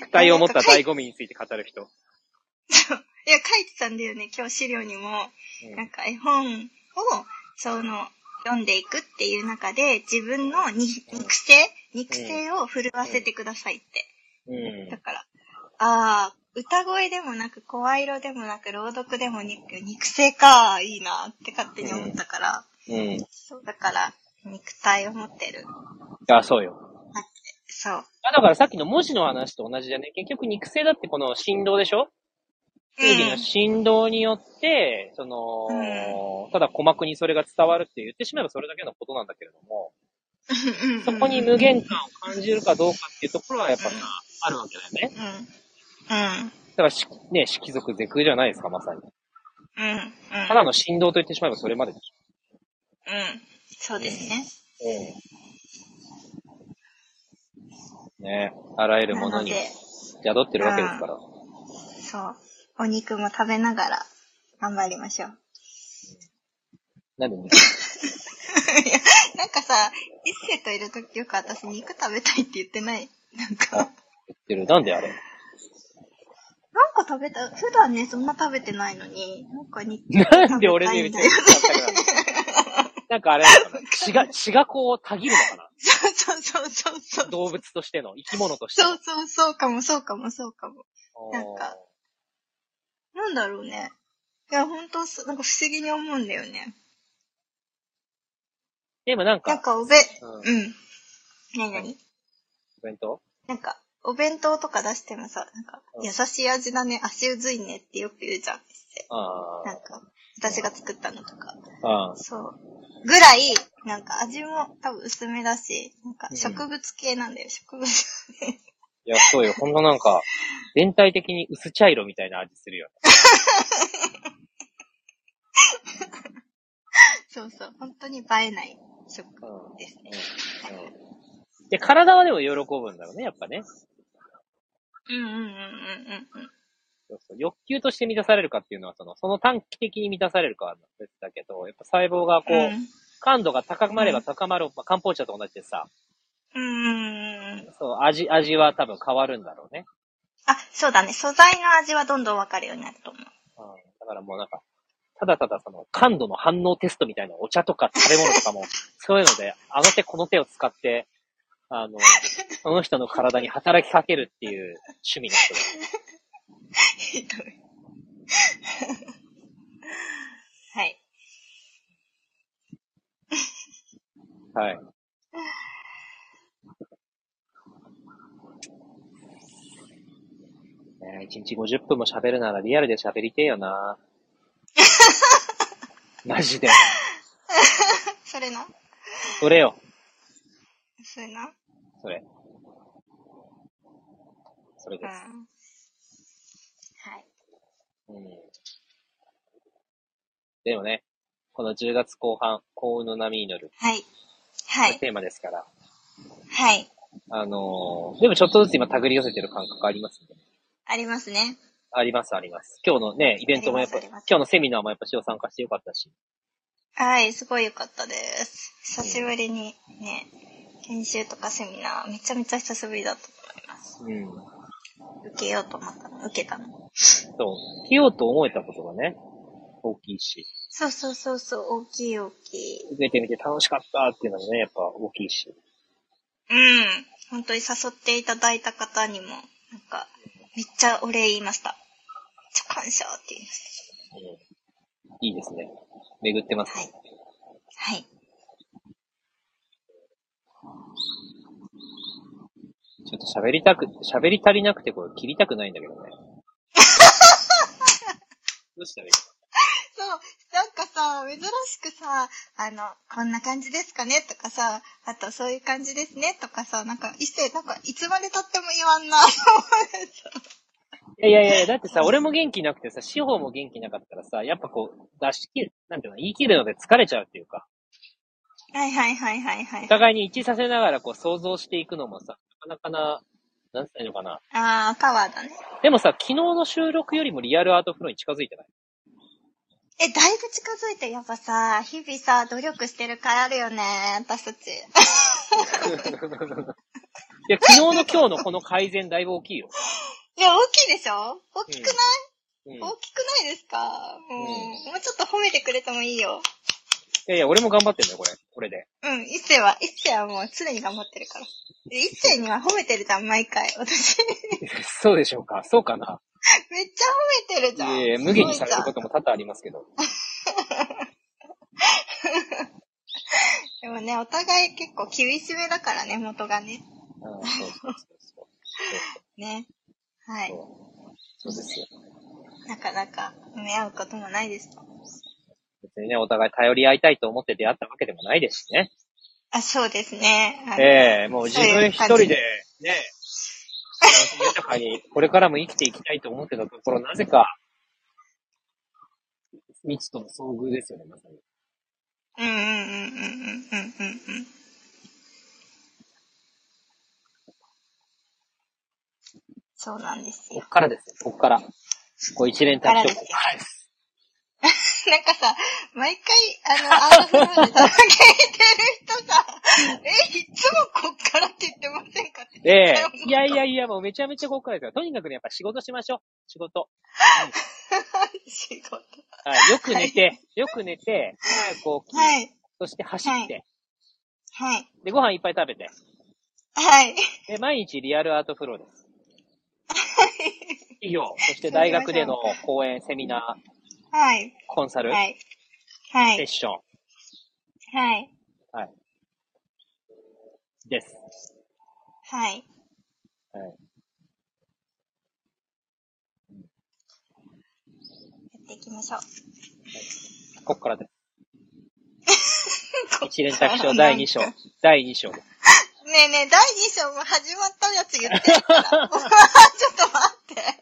Speaker 1: 肉体を持った醍醐味について語る人。
Speaker 2: いや、書いてたんだよね、今日資料にも。
Speaker 1: うん
Speaker 2: なんか絵本を、その、読んでいくっていう中で、自分のに肉声、肉声を震わせてくださいって。
Speaker 1: うん
Speaker 2: だから、ああ、歌声でもなく、声色でもなく、朗読でもなく、肉声か、いいなって勝手に思ったから、
Speaker 1: うん。
Speaker 2: そう、だから、肉体を持ってる。
Speaker 1: あ、そうよ。
Speaker 2: そう。
Speaker 1: あだからさっきの文字の話と同じじゃね結局肉声だってこの振動でしょ定義の振動によって、その、ただ鼓膜にそれが伝わるって言ってしまえばそれだけのことなんだけれども、そこに無限感を感じるかどうかっていうところはやっぱさ
Speaker 2: うん、
Speaker 1: あるわけだよね。
Speaker 2: うん。うん。
Speaker 1: だからし、ね、色族是空じゃないですか、まさに。
Speaker 2: うん。うん。
Speaker 1: ただの振動と言ってしまえばそれまででし
Speaker 2: うん。そうですね。
Speaker 1: ょ。うん。ねあらゆるものに
Speaker 2: なので
Speaker 1: 宿ってるわけですから。
Speaker 2: そう。お肉も食べながら頑張りましょう。
Speaker 1: なんで肉
Speaker 2: いや、なんかさ、一世といるときよく私肉食べたいって言ってない。なんか、なんか
Speaker 1: 言ってる なんであれ
Speaker 2: 食べた、普段ね、そんな食べてないのに、なんか肉食べたい
Speaker 1: なんで俺に言
Speaker 2: み
Speaker 1: ったて
Speaker 2: いな。
Speaker 1: なんかあれなのかな血が、血がこう、たぎるのか
Speaker 2: そうそうそうそうそ
Speaker 1: な
Speaker 2: う。
Speaker 1: 動物としての、生き物としての
Speaker 2: そうそうそうかも、そうかも、そうかも。なんかなんだろうね。いや、ほんと、そうなんか不思議に思うんだよね。
Speaker 1: でもなん
Speaker 2: なん
Speaker 1: か、
Speaker 2: かおべ、
Speaker 1: うん、
Speaker 2: うん。なになに
Speaker 1: お弁当
Speaker 2: なんか、お弁当とか出してもさ、なんか
Speaker 1: う、ん
Speaker 2: 優しい味だね、足うずいねってよく言うじゃん。
Speaker 1: あ
Speaker 2: なんか、私が作ったのとか。
Speaker 1: あ、ああ、
Speaker 2: そう。ぐらい、なんか味も多分薄めだし、なんか
Speaker 1: うん
Speaker 2: 植物系なんだよ、植物。
Speaker 1: いや、そうよ。ほんのなんか、全体的に薄茶色みたいな味するよね。
Speaker 2: そうそう、本当に映えない食
Speaker 1: うん。うん
Speaker 2: ですね。
Speaker 1: うんで、体はでも喜ぶんだろうね、やっぱね。
Speaker 2: うんうんうんうんうん
Speaker 1: そうそう欲求として満たされるかっていうのは、その、その短期的に満たされるかは別だけど、やっぱ細胞がこう、
Speaker 2: うん。うん
Speaker 1: 感度が高まれば高まる、まあ、漢方茶と同じでさ、
Speaker 2: うんうんうん。
Speaker 1: そう、味、味は多分変わるんだろうね。
Speaker 2: あ、そうだね。素材の味はどんどんわかるようになると思
Speaker 1: う
Speaker 2: う。
Speaker 1: ん。だからもうなんか、ただただその、感度の反応テストみたいなお茶とか食べ物とかも、そういうので、あの手この手を使って、あの、その人の体に働きかけるっていう趣味の人だ。
Speaker 2: ひどい。 はい。
Speaker 1: はい。ねえ、1日50分も喋るならリアルで喋りてえよ なマジで。
Speaker 2: それな
Speaker 1: それよ。
Speaker 2: それな
Speaker 1: それ。それ
Speaker 2: うん。
Speaker 1: で
Speaker 2: は
Speaker 1: す。
Speaker 2: い。
Speaker 1: うん。でもね、この10月後半、幸運の波に乗る
Speaker 2: はい。はい。
Speaker 1: テーマですから、
Speaker 2: はい。
Speaker 1: あのー、でもちょっとずつ今手繰り寄せてる感覚ありますね。
Speaker 2: ありますね。
Speaker 1: あります、あります。今日のね、イベントもやっぱ、
Speaker 2: ありますあり
Speaker 1: 今日の
Speaker 2: ます
Speaker 1: セミナーもやっぱ塩参加してよかったし。
Speaker 2: はい、すごい良かったです。久しぶりにね、研修とかセミナー、めちゃめちゃ久しぶりだと思います。
Speaker 1: うん。
Speaker 2: 受けようと思ったの、受けたの。
Speaker 1: そう。着ようと思えたことがね、大きいし。
Speaker 2: そうそうそうそう、大きい大きい。
Speaker 1: 受けてみて楽しかったっていうのもね、やっぱ大きいし。
Speaker 2: うん。本当に誘っていただいた方にも、なんか、めっちゃお礼言いました。ちょ、感謝って言いまし
Speaker 1: うんいいですね。巡ってます
Speaker 2: た。は
Speaker 1: ね。
Speaker 2: い。はい。
Speaker 1: ちょっと喋りたく、喋り足りなくてこれ切りたくないんだけ どね。どうしたらいい
Speaker 2: そう、なんかさ、珍しくさ、あの、こんな感じですかねとかさ、あとそういう感じですねとかさ、なんか一斉、なんかいつまで経っても言わんな。
Speaker 1: いやいやいや、だってさ、俺も元気なくてさ、司法も元気なかったらさ、やっぱこう、出し切る、なんていうの、言い切るので疲れちゃうっていうか、
Speaker 2: はいはいはいはいは
Speaker 1: お
Speaker 2: い。
Speaker 1: 互いに一致させながらこう想像していくのもさ、なかなかな、なんつったらいいのかな。
Speaker 2: あー、パワーだね。
Speaker 1: でもさ、昨日の収録よりもリアルアートフローに近づいて ない
Speaker 2: え、だいぶ近づいて、やっぱさ、日々さ、努力してるからあるよね、私たち。
Speaker 1: いや、昨日の今日のこの改善だいぶ大きいよ。
Speaker 2: いや、大きいでしょ大きくない、
Speaker 1: うん。い
Speaker 2: 大きくないですかもう、もうちょっと褒めてくれてもいいよ。
Speaker 1: やいや、俺も頑張ってんだよ、これ。これで。
Speaker 2: うん、一世は、一世はもう常に頑張ってるから。で一世には褒めてるじゃん、毎回。私、
Speaker 1: そうでしょうかそうかな
Speaker 2: めっちゃ褒めてる
Speaker 1: い
Speaker 2: じゃん。
Speaker 1: やいや、無限にされることも多々ありますけど。
Speaker 2: すごいじゃんでもね、お互い結構厳しめだからね、元がね。
Speaker 1: うん、そうそうそうそう。
Speaker 2: ね。はい。
Speaker 1: そうですよ。
Speaker 2: なかなか、褒め合うこともないですよ
Speaker 1: 別にね、お互い頼り合いたいと思って出会ったわけでもないですしね。
Speaker 2: あ、そうですね。あの
Speaker 1: ええもう自分一人
Speaker 2: そういう感じ
Speaker 1: で、ね、幸せ豊かに、これからも生きていきたいと思ってたところ、なぜか、未知との遭遇ですよね、まさに。
Speaker 2: うんうんうんうんうんうんうんうん。そうなんです
Speaker 1: こ
Speaker 2: よ
Speaker 1: っ。からですよ、こっから。こう一連経って、こ
Speaker 2: こ
Speaker 1: っ
Speaker 2: っ
Speaker 1: からです。
Speaker 2: なんかさ、毎回、あの、アートフローでさ、聞いてる 人さ、え、いつもこっからって言ってませんかって。
Speaker 1: ええいやいやいや、もうめちゃめちゃこっからですよ。とにかくね、やっぱ仕事しましょう。仕事。
Speaker 2: 仕事。
Speaker 1: はい、よく寝て、よく寝て、早く起き、
Speaker 2: はい。
Speaker 1: そして走って、
Speaker 2: はい。
Speaker 1: で、ご飯いっぱい食べて、
Speaker 2: はい。
Speaker 1: で、毎日リアルアートフローです。企業、そして大学での講演、セミナー、
Speaker 2: はい。
Speaker 1: コンサル、
Speaker 2: はい。は
Speaker 1: セッ
Speaker 2: い。
Speaker 1: ション、
Speaker 2: はい。
Speaker 1: はい。です。
Speaker 2: はい。
Speaker 1: はい。
Speaker 2: やっていきましょう。
Speaker 1: こっからです。 一連卓章第2章。第2章です。
Speaker 2: ねえねえ、第2章も始まったやつ言 ってるから。ちょっと待って。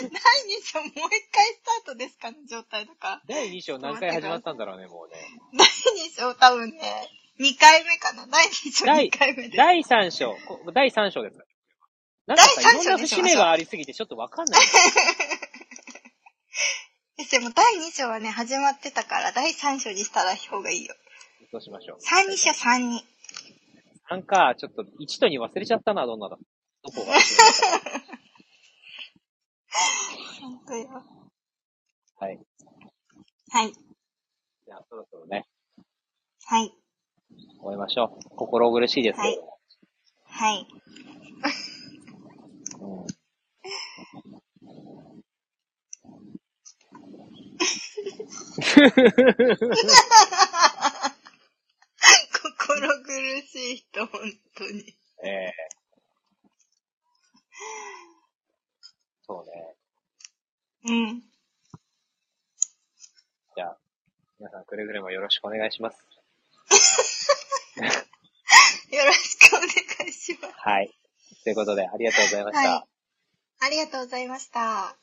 Speaker 2: 第2章もう一回スタートですかの状態だから。
Speaker 1: 第2章何回始まったんだろうね、もうね。
Speaker 2: 第2章多分ね、2回目かな。第2章
Speaker 1: 第
Speaker 2: 2回目です。
Speaker 1: 第3章。こ第3章です。なんかさ、いろん
Speaker 2: 第三章
Speaker 1: な
Speaker 2: にしま
Speaker 1: 節
Speaker 2: しょう
Speaker 1: 目がありすぎてちょっとわかん ない。
Speaker 2: えでも第2章はね、始まってたから、第3章にしたら方がいいよ。
Speaker 1: どうしましょう。
Speaker 2: 3にしよう、3に。
Speaker 1: なんか、ちょっと1と2忘れちゃったな、どんなだ。どこが。
Speaker 2: 本当よ。
Speaker 1: はい。
Speaker 2: はい。
Speaker 1: じゃあ、そろそろね、
Speaker 2: はい。
Speaker 1: 終えましょう。心苦しいですけれども。
Speaker 2: はい。
Speaker 1: うん
Speaker 2: 心苦しい人、本当に。
Speaker 1: ええそうね。
Speaker 2: うん。
Speaker 1: じゃあ、皆さんくれぐれもよろしくお願いします。
Speaker 2: よろしくお願いします。
Speaker 1: はい。ということで、ありがとうございました。
Speaker 2: はい。ありがとうございました。